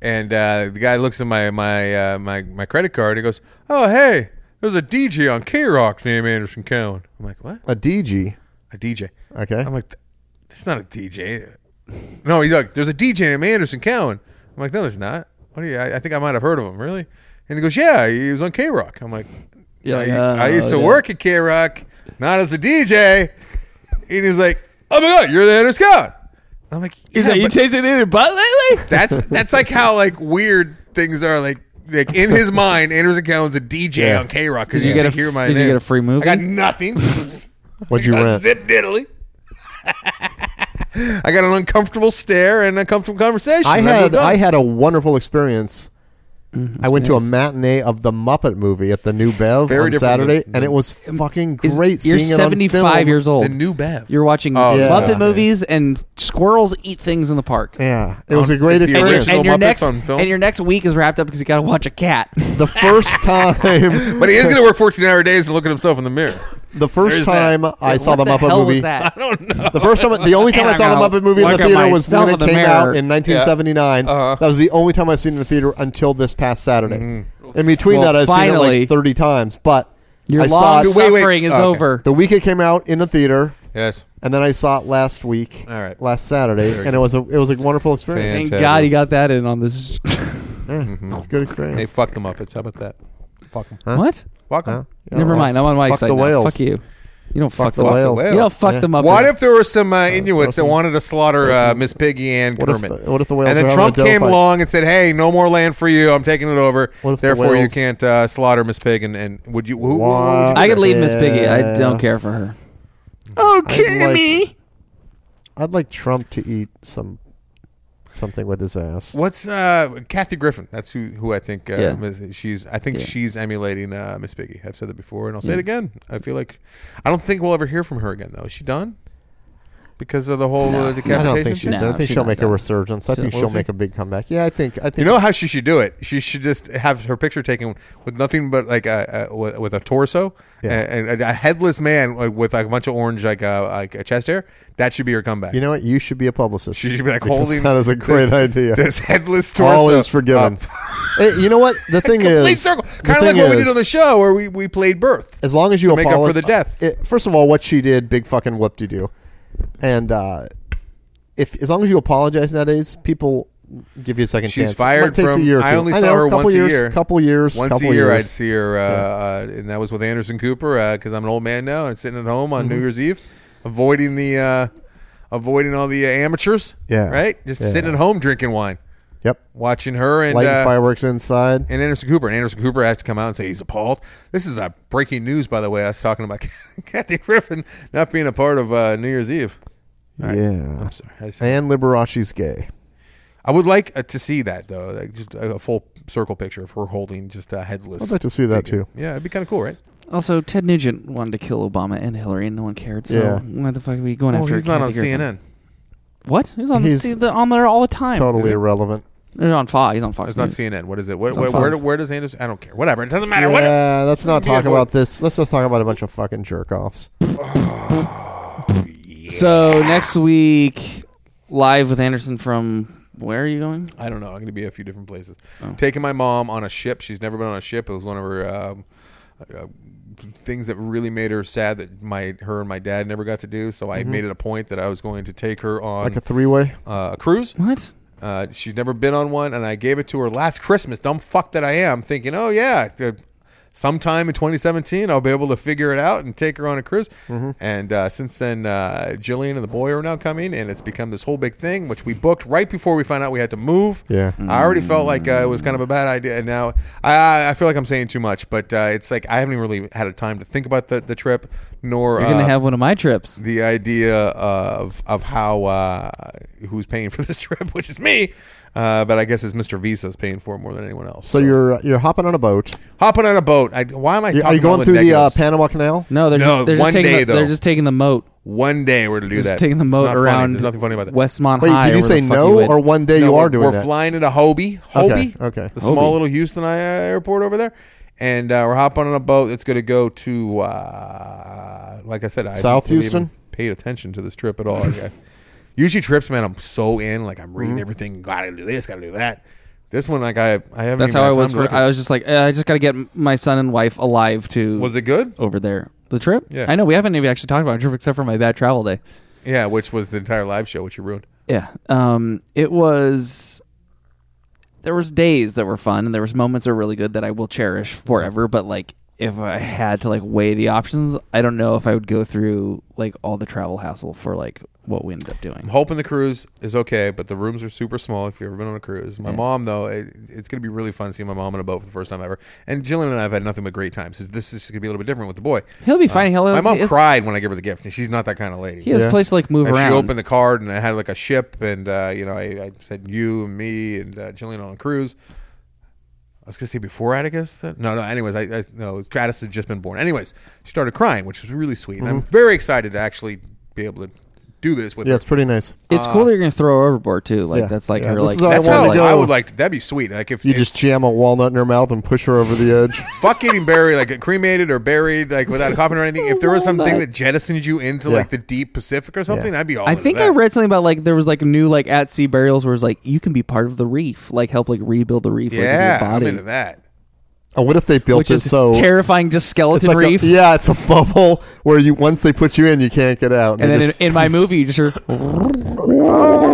and uh, the guy looks at my my uh, my my credit card. and He goes, "Oh hey, there's a DJ on K Rock named Anderson Cowan." I'm like, "What? A DG. A DJ?" Okay. I'm like, "There's not a DJ." No, he's like, "There's a DJ named Anderson Cowan." I'm like, "No, there's not. What do you? I, I think I might have heard of him. Really?" And he goes, "Yeah, he was on K Rock." I'm like, Yeah, "I, yeah, I used to yeah. work at K Rock, not as a DJ." And he's like, "Oh my God, you're the Anderson Cowan." I'm like, Is "Yeah, that you but- tasting in your butt lately? that's that's like how like weird things are. Like like in his mind, Anderson Cowan's a DJ Yeah. on K Rock because Did you you get get to a- hear my did you name. get a free movie? I got nothing. [LAUGHS] What'd you rent? Zip diddly. [LAUGHS] I got an uncomfortable stare and an uncomfortable conversation. I That's what had done. I had a wonderful experience. Mm, I went to a nice. matinee of the Muppet movie at the New Bev Very on different Saturday, than- and it was fucking Is- great. You're seeing it on 75 film. years old. the new Bev. You're watching Oh, yeah. Muppet Yeah. movies and squirrels eat things in the park. Yeah, it was a great the [LAUGHS] experience. original- And your Muppets next on film? and your next week is wrapped up because you got to watch a cat. the first time, but he is [LAUGHS] going to work 14 hour days and look at himself in the mirror. [LAUGHS] the first There's that. time I saw what the, Muppet hell was movie. [LAUGHS] that? The first time, the only time I, I saw the don't know. Muppet movie in Look the at theater was myself when it in the came out mirror. in 1979. Uh-huh. That was the only time I've seen it in the theater until this past Saturday. In between Mm-hmm. Well, that, I've seen it finally- like 30 times. But Your I saw long it Wait, wait. suffering is Okay. over. the week it came out in the theater, Yes. and then I saw it last week, All right. last Saturday, Very and it was a it was a wonderful experience. Fan- Thank Fantastic. God you got that in on this. [LAUGHS] It's a good Hey, experience. fuck the Muppets. How about that? Fuck them. what? Fuck them. Huh? Yeah, Never well, mind. I'm on my fuck side the now. whales. Fuck you. You don't fuck, the them up. whales. You don't fuck Yeah. them up. What as- if there were some uh, Inuits that awesome. wanted to slaughter uh, Miss Piggy and What if, Kermit? the, what if the whales and are then having Trump a dough came fight? along and said, "Hey, no more land for you. I'm taking it over. What if the Therefore, you whales- can't uh, slaughter Miss Pig." And, and would you? Who, who- who would you I could leave Miss Piggy. I Yeah. don't care for her. Oh, Kimmy. I'd like Trump to eat some something with his ass. What's uh, Kathy Griffin? That's who who I think uh, Yeah. Miss- she's. I think Yeah. she's emulating uh, Miss Piggy. I've said that before, and I'll say it again. I feel like I don't think we'll ever hear from her again, though. Is she done? Because of the whole No. uh, I don't I decapitation. don't think she's No, done. I think she's she'll not make a done. resurgence. I think Will she'll she? make a big comeback. Yeah, I think I think You know how she should do it? She should just have her picture taken with nothing but like a, a with with a torso Yeah. and, and a headless man like, with like a bunch of orange like uh, like a chest hair. That should be her comeback. You know what? You should be a publicist. she should be like Because holding. That is a great this- idea. This [LAUGHS] headless torso. All is [LAUGHS] [LAUGHS] forgiven. up. Eh, you know what? [LAUGHS] The thing is, Complete circle. the Kind of like thing what we is, did on the show where we, we played birth. As long as you to make up apolo- for the death. It- first of all, what she did, big fucking whoop de doo, and uh, if as long as you apologize nowadays, people give you a second She's chance. fired It takes from- a year. Or two. I only I saw know, her couple once a years, year. Couple years. Once couple a year, I'd years. see her, uh, uh, and that was with Anderson Cooper because I'm an old man now and sitting at home on Mm-hmm. New Year's Eve, avoiding the uh, avoiding all the uh, amateurs. Yeah. right. Just Yeah. sitting at home drinking wine, Yep. watching her and Lighting uh, fireworks inside. and Anderson Cooper. And Anderson Cooper has to come out and say he's appalled. This is a breaking news, by the way. I was talking about [LAUGHS] Kathy Griffin not being a part of uh, New Year's Eve. All right. Yeah. I'm sorry. I, just- And Liberace's gay. I would like uh, to see that though, like just a, a full circle picture of her holding just a headless. I'd like to see that figure. too. Yeah, it'd be kind of cool, right? Also, Ted Nugent wanted to kill Obama and Hillary, and no one cared. So Yeah. why the fuck are we going Oh, after? he's not on Kathy Griffin? CNN. What? He's on He's the, the on there all the time. Totally irrelevant. They're on Fox. He's on Fox. It's not News. CNN. What is it? What, It's on where, where, Fox. where does Anderson? I don't care. Whatever. It doesn't matter. What? Yeah, let's not Yeah, talk what- about this. Let's just talk about a bunch of fucking jerk offs. So next week, live with Anderson from where are you going? I don't know. I'm going to be a few different places. Taking my mom on a ship. She's never been on a ship. It was one of her um, uh, things that really made her sad that my her and my dad never got to do. So Mm-hmm. I made it a point that I was going to take her on Like a three way. uh, a cruise. What? Uh, she's never been on one, and I gave it to her last Christmas. Dumb fuck that I am, thinking, oh yeah, uh, sometime in 2017 I'll be able to figure it out and take her on a cruise. And uh, since then, uh, Jillian and the boy are now coming, and it's become this whole big thing, which we booked right before we found out we had to move. Yeah. I already felt like uh, it was kind of a bad idea, and now I- I, I feel like I'm saying too much, but uh, it's like I haven't even really had a time to think about the, the trip, nor You're gonna uh, have one of my trips. the idea of of how uh, who's paying for this [LAUGHS] trip, which is me. Uh, but I guess it's Mr. Visa's paying for it more than anyone else. So you're uh, you're hopping on a boat. hopping on a boat. I, why am I? Are talking you about going through the uh, negatives? Panama Canal? No, they're No, just, they're one just taking day, the, though. they're just taking the moat. One day we're to do They're that. just taking the It's moat not funny. around. There's nothing funny about that. Westmont Wait, High. did you or say the fuck no you would. or one day No, you are we're- doing We're that? flying into Hobie, Hobie, okay. the Hobie. small little Houston uh, airport over there, and uh, we're hopping on a boat that's going to go to, uh, like I said, I South didn't even Houston? Paid attention to this trip at all. Like, [LAUGHS] I- usually trips, man, I'm so in, like I'm Mm-hmm. reading everything. Got to do this, got to do that. This one, like I, I haven't. That's even how I had was. time to For, look at- I was just like, eh, I just got to get m- my son and wife alive to was it good? over there. The trip. Yeah. I know we haven't even actually talked about the trip except for my bad travel day. Yeah, which was the entire live show, which you ruined. Yeah. Um. It was. There was days that were fun, and there was moments that were really good that I will cherish forever. But like, if I had to like weigh the options, I don't know if I would go through like all the travel hassle for like what we ended up I'm doing. hoping the cruise is okay, but the rooms are super small. If you've ever been on a cruise, my mom though, it, it's going to be really fun seeing my mom on a boat for the first time ever. And Jillian and I have had nothing but great times. So this is going to be a little bit different with the boy. He'll be fine. He'll. uh, my mom he has- cried when I gave her the gift, and she's not that kind of lady. He has a place to like move and around. she opened the card, and I had like a ship, and uh, you know, I, I said you and me and uh, Jillian on a cruise. I was gonna say before Atticus. uh, No, no. Anyways, I, I no. Atticus had just been born. Anyways, she started crying, which was really sweet. And I'm Mm-hmm. very excited to actually be able to do this with. Yeah, her. it's pretty nice. It's Uh, cool that you're gonna throw her overboard too. Like Yeah. that's like Yeah, her this like is all I that's That's her, how wanna like, go. I would like. That'd be sweet. Like if You if just jam a walnut in her mouth and push her over [LAUGHS] the edge. fucking and buried, like cremated or buried, like without a coffin or anything. If there Oh was something that jettisoned you into Yeah. like the deep Pacific or something, I'd be all. I into think that. I read something about like there was like new like at sea burials where it's like you can be part of the reef, like help like rebuild the reef Yeah, like, I'm with your into body, that. And Uh, what if they built which it is so terrifying. Just it's skeleton like a, reef. yeah, it's a bubble where you once they put you in, you can't get out. And they then in, just- in my movie, you just [LAUGHS] hear.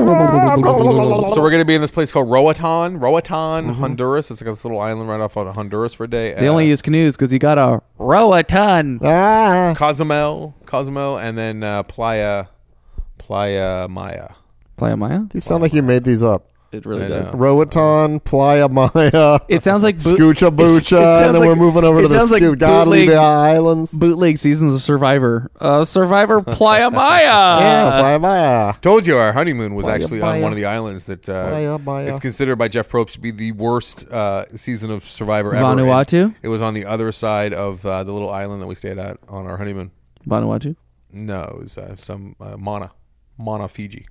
So we're gonna be in this place called Roatan, Roatan, Honduras. It's like this little island right off of Honduras for a day. Mm-hmm. Uh, They only use canoes because you gotta row a ton. ah, Cozumel, Cozumel, and then uh, Playa, Playa Maya. Playa Maya. you sound like you made these up. It really I does. know. Roatan, Playa Maya, It sounds like boot- Scoocha Boocha, sounds and then we're like- moving over it to the sounds like Scoot- Godly bootleg- Islands. bootleg seasons of Survivor. Uh, Survivor Playa Maya. [LAUGHS] yeah, Playa Maya. Told you our honeymoon was actually on Maya. one of the islands that uh, Maya, Maya. it's considered by Jeff Probst to be the worst uh, season of Survivor ever. Vanuatu? And It was on the other side of uh, the little island that we stayed at on our honeymoon. Vanuatu. No, it was uh, some uh, Mana, Mana Fiji,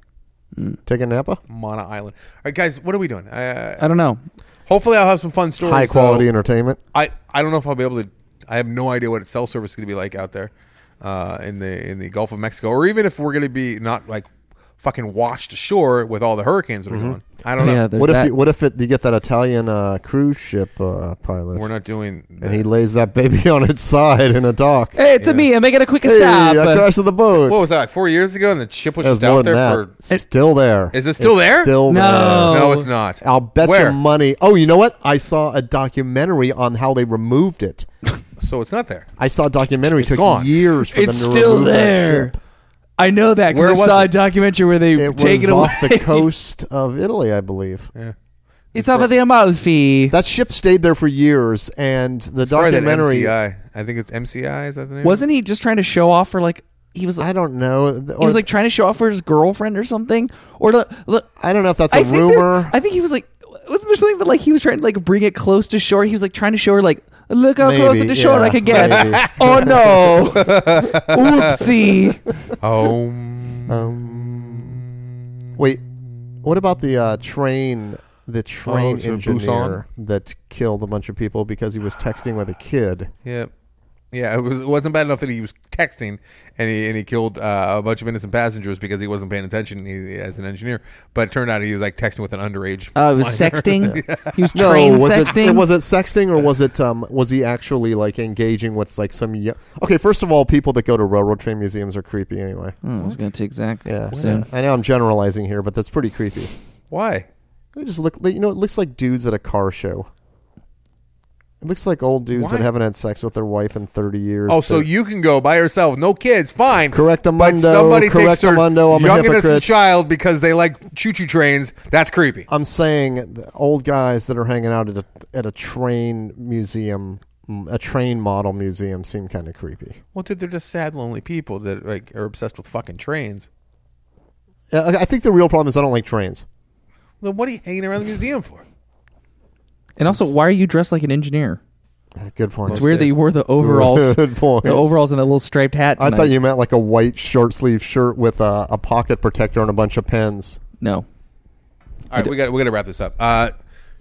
Taking Napa. Mana Island. All right, guys, what are we doing? Uh, I don't know. hopefully, I'll have some fun stories. High quality So entertainment. I I don't know if I'll be able to. I have no idea what its cell service is going to be like out there uh, in the in the Gulf of Mexico, or even if we're going to be not like fucking washed ashore with all the hurricanes that are going. I don't know. Mm-hmm. Yeah, there's What if that. you, what if it, you get that Italian uh, cruise ship uh, pilot? We're not doing. That. and he lays that baby [LAUGHS] on its side in a dock. hey, it's a me. I'm making a quick Hey, stop. I crashed the boat. what was that? Like four years ago, and the ship was That was just more out than there that. for. still there. Is it still It's there? Still No. there. No, it's not. I'll bet Where? you money. Oh, you know what? I saw a documentary on how they removed it. So it's not there. I saw a documentary. It's took gone. years for It's them to still remove that there. ship. I know that Where because I was saw it? a documentary where they It take was it away. off the coast of Italy, I believe. it's off of the Amalfi. That ship stayed there for years, and the Probably that documentary. I MCI. I think it's MCI. Is that the name? [LAUGHS] Wasn't he just trying to show off for like he was? Like, don't know. Or, he was like trying to show off for his girlfriend or something. Or look, look I don't know if that's a I think there- rumor. I think he was like, wasn't there something? But like he was trying to like bring it close to shore. He was like trying to show her like, look how close Maybe, to shore yeah, I could get. maybe. [LAUGHS] oh no! [LAUGHS] Oh. Oopsie! Oh, Wait, what about the uh, train? The train Oh, to Busan? engineer that killed a bunch of people because he was texting with a kid. yeah, yeah. It was. It wasn't bad enough that he was texting and he and he killed uh, a bunch of innocent passengers because he wasn't paying attention he, as an engineer. But it turned out he was like texting with an underage. Oh, [LAUGHS] it was sexting. He was train was sexting. it was it sexting or was it um was he actually like engaging with like some yo- okay first of all people that go to railroad train museums are creepy anyway Hmm, I was gonna take Zach. yeah, soon. yeah. I know I'm generalizing here but that's pretty creepy Why? they just look they- you know it looks like dudes at a car show it looks like old dudes Why? that haven't had sex with their wife in 30 years Oh, so They're- you can go by yourself, no kids, fine. Correct But Amundo, somebody takes correct their Amundo, I'm a young innocent hypocrite. child because they like choo-choo trains. That's creepy. I'm saying the old guys that are hanging out at a, at a train museum mm, a train model museum seem kind of creepy Well, dude, they're just sad, lonely people that like are obsessed with fucking trains. Yeah, I I think the real problem is I don't like trains. Then what are you hanging around the museum for? And also, why are you dressed like an engineer? Uh, Good point. It's weird that you wore the overalls, [LAUGHS] Good point. the overalls and the little striped hat. I Tonight. thought you meant like a white short sleeve shirt with a, a pocket protector and a bunch of pens. no. All right, we got we got to wrap this up. Uh,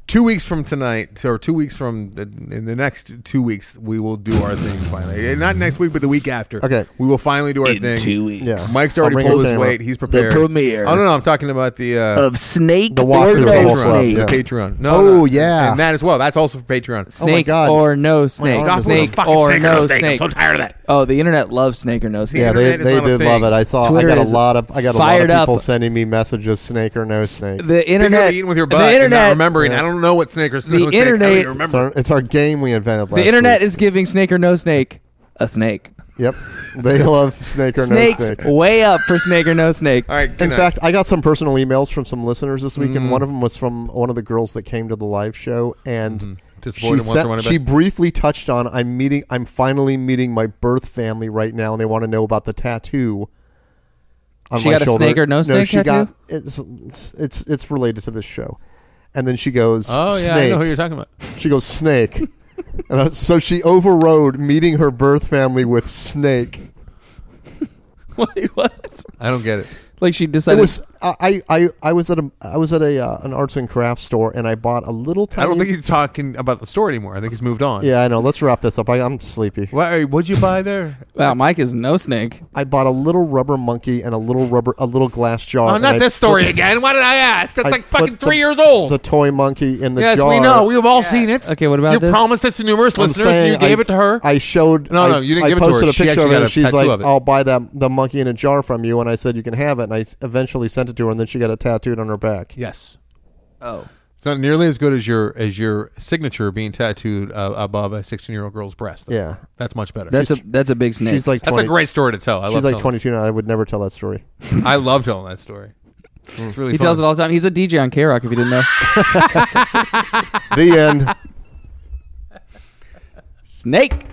two weeks from tonight, or two weeks from the, in the next two weeks, we will do our thing finally. Eh, Not next week, but the week after. Okay. we will finally do our thing. two weeks. Yeah. Mike's I'll already bring pulled the his camera. weight. He's prepared. premiere. Oh, Oh no, no, I'm talking about the uh, Of Snake The or walkthrough no of Wolf Club, Snake. yeah. Patreon. No, Oh, no, yeah. and that as well. That's also for Patreon. Oh my Snake God. or no snake. God, snake fucking or no snake. I'm so tired of that. Oh, the internet loves snake or no snake. Yeah, they, Internet is they not a did love thing. it. I saw. Twitter I got a is lot of I got a lot fired of up. people sending me messages, snake or no snake. The Internet, internet. eating with your the butt and not internet- remembering. I don't know what snake or snake. [LAUGHS] The snake, I don't internet- even it's, remember. our, it's our game we invented last The internet week. is giving snake or no snake a snake. Yep, they love snake or Snakes Oh, no snake. way up for snake or no snake. All right. good In night. fact, I got some personal emails from some listeners this week, Mm. and one of them was from one of the girls that came to the live show, and Mm-hmm. she, Disappointed wants to run it she back. briefly touched on I'm meeting, I'm finally meeting my birth family right now, and they want to know about the tattoo. On She my got a shoulder. snake or no snake she tattoo? got it's, it's it's it's related to this show, and then she goes, oh yeah, I snake. know who you're talking about. She goes snake, [LAUGHS] and I, so she overrode meeting her birth family with snake. [LAUGHS] Wait, what? I don't get it. Like she It decided. was I, I I was at a I was at a uh, an arts and crafts store and I bought a little tiny. I don't think he's talking about the store anymore. I think he's moved on. Yeah, I know. Let's wrap this up. I, I'm sleepy. What, what'd you buy there? Oh, wow, Mike is no snake. I bought a little rubber monkey and a little rubber a little glass jar. Oh, and not I this story put- again. Why did I ask? That's I like put fucking the- three years old. The toy monkey in the yes, jar. we know. We have all seen it. Okay, what about you this? promised it to numerous I'm listeners. saying You gave I- it to her. I showed. No, I- no, you didn't I give it to her. posted She a picture actually of it. got a and She's tattoo like, of it. "I'll buy that the monkey in a jar from you," and I said, "You can have it." And I s- eventually sent it to her, and then she got it tattooed on her back. yes. Oh, It's not nearly as good as your as your signature being tattooed uh, above a 16 year old girl's breast. though. Yeah. that's much better. that's a that's a big snake. She's like, 20, That's a great story to tell. I She's love like 22 now. I would never tell that story. Telling, I love telling that story. It's really he fun. tells it all the time. He's a DJ on K Rock. If you didn't know, [LAUGHS] The end. snake.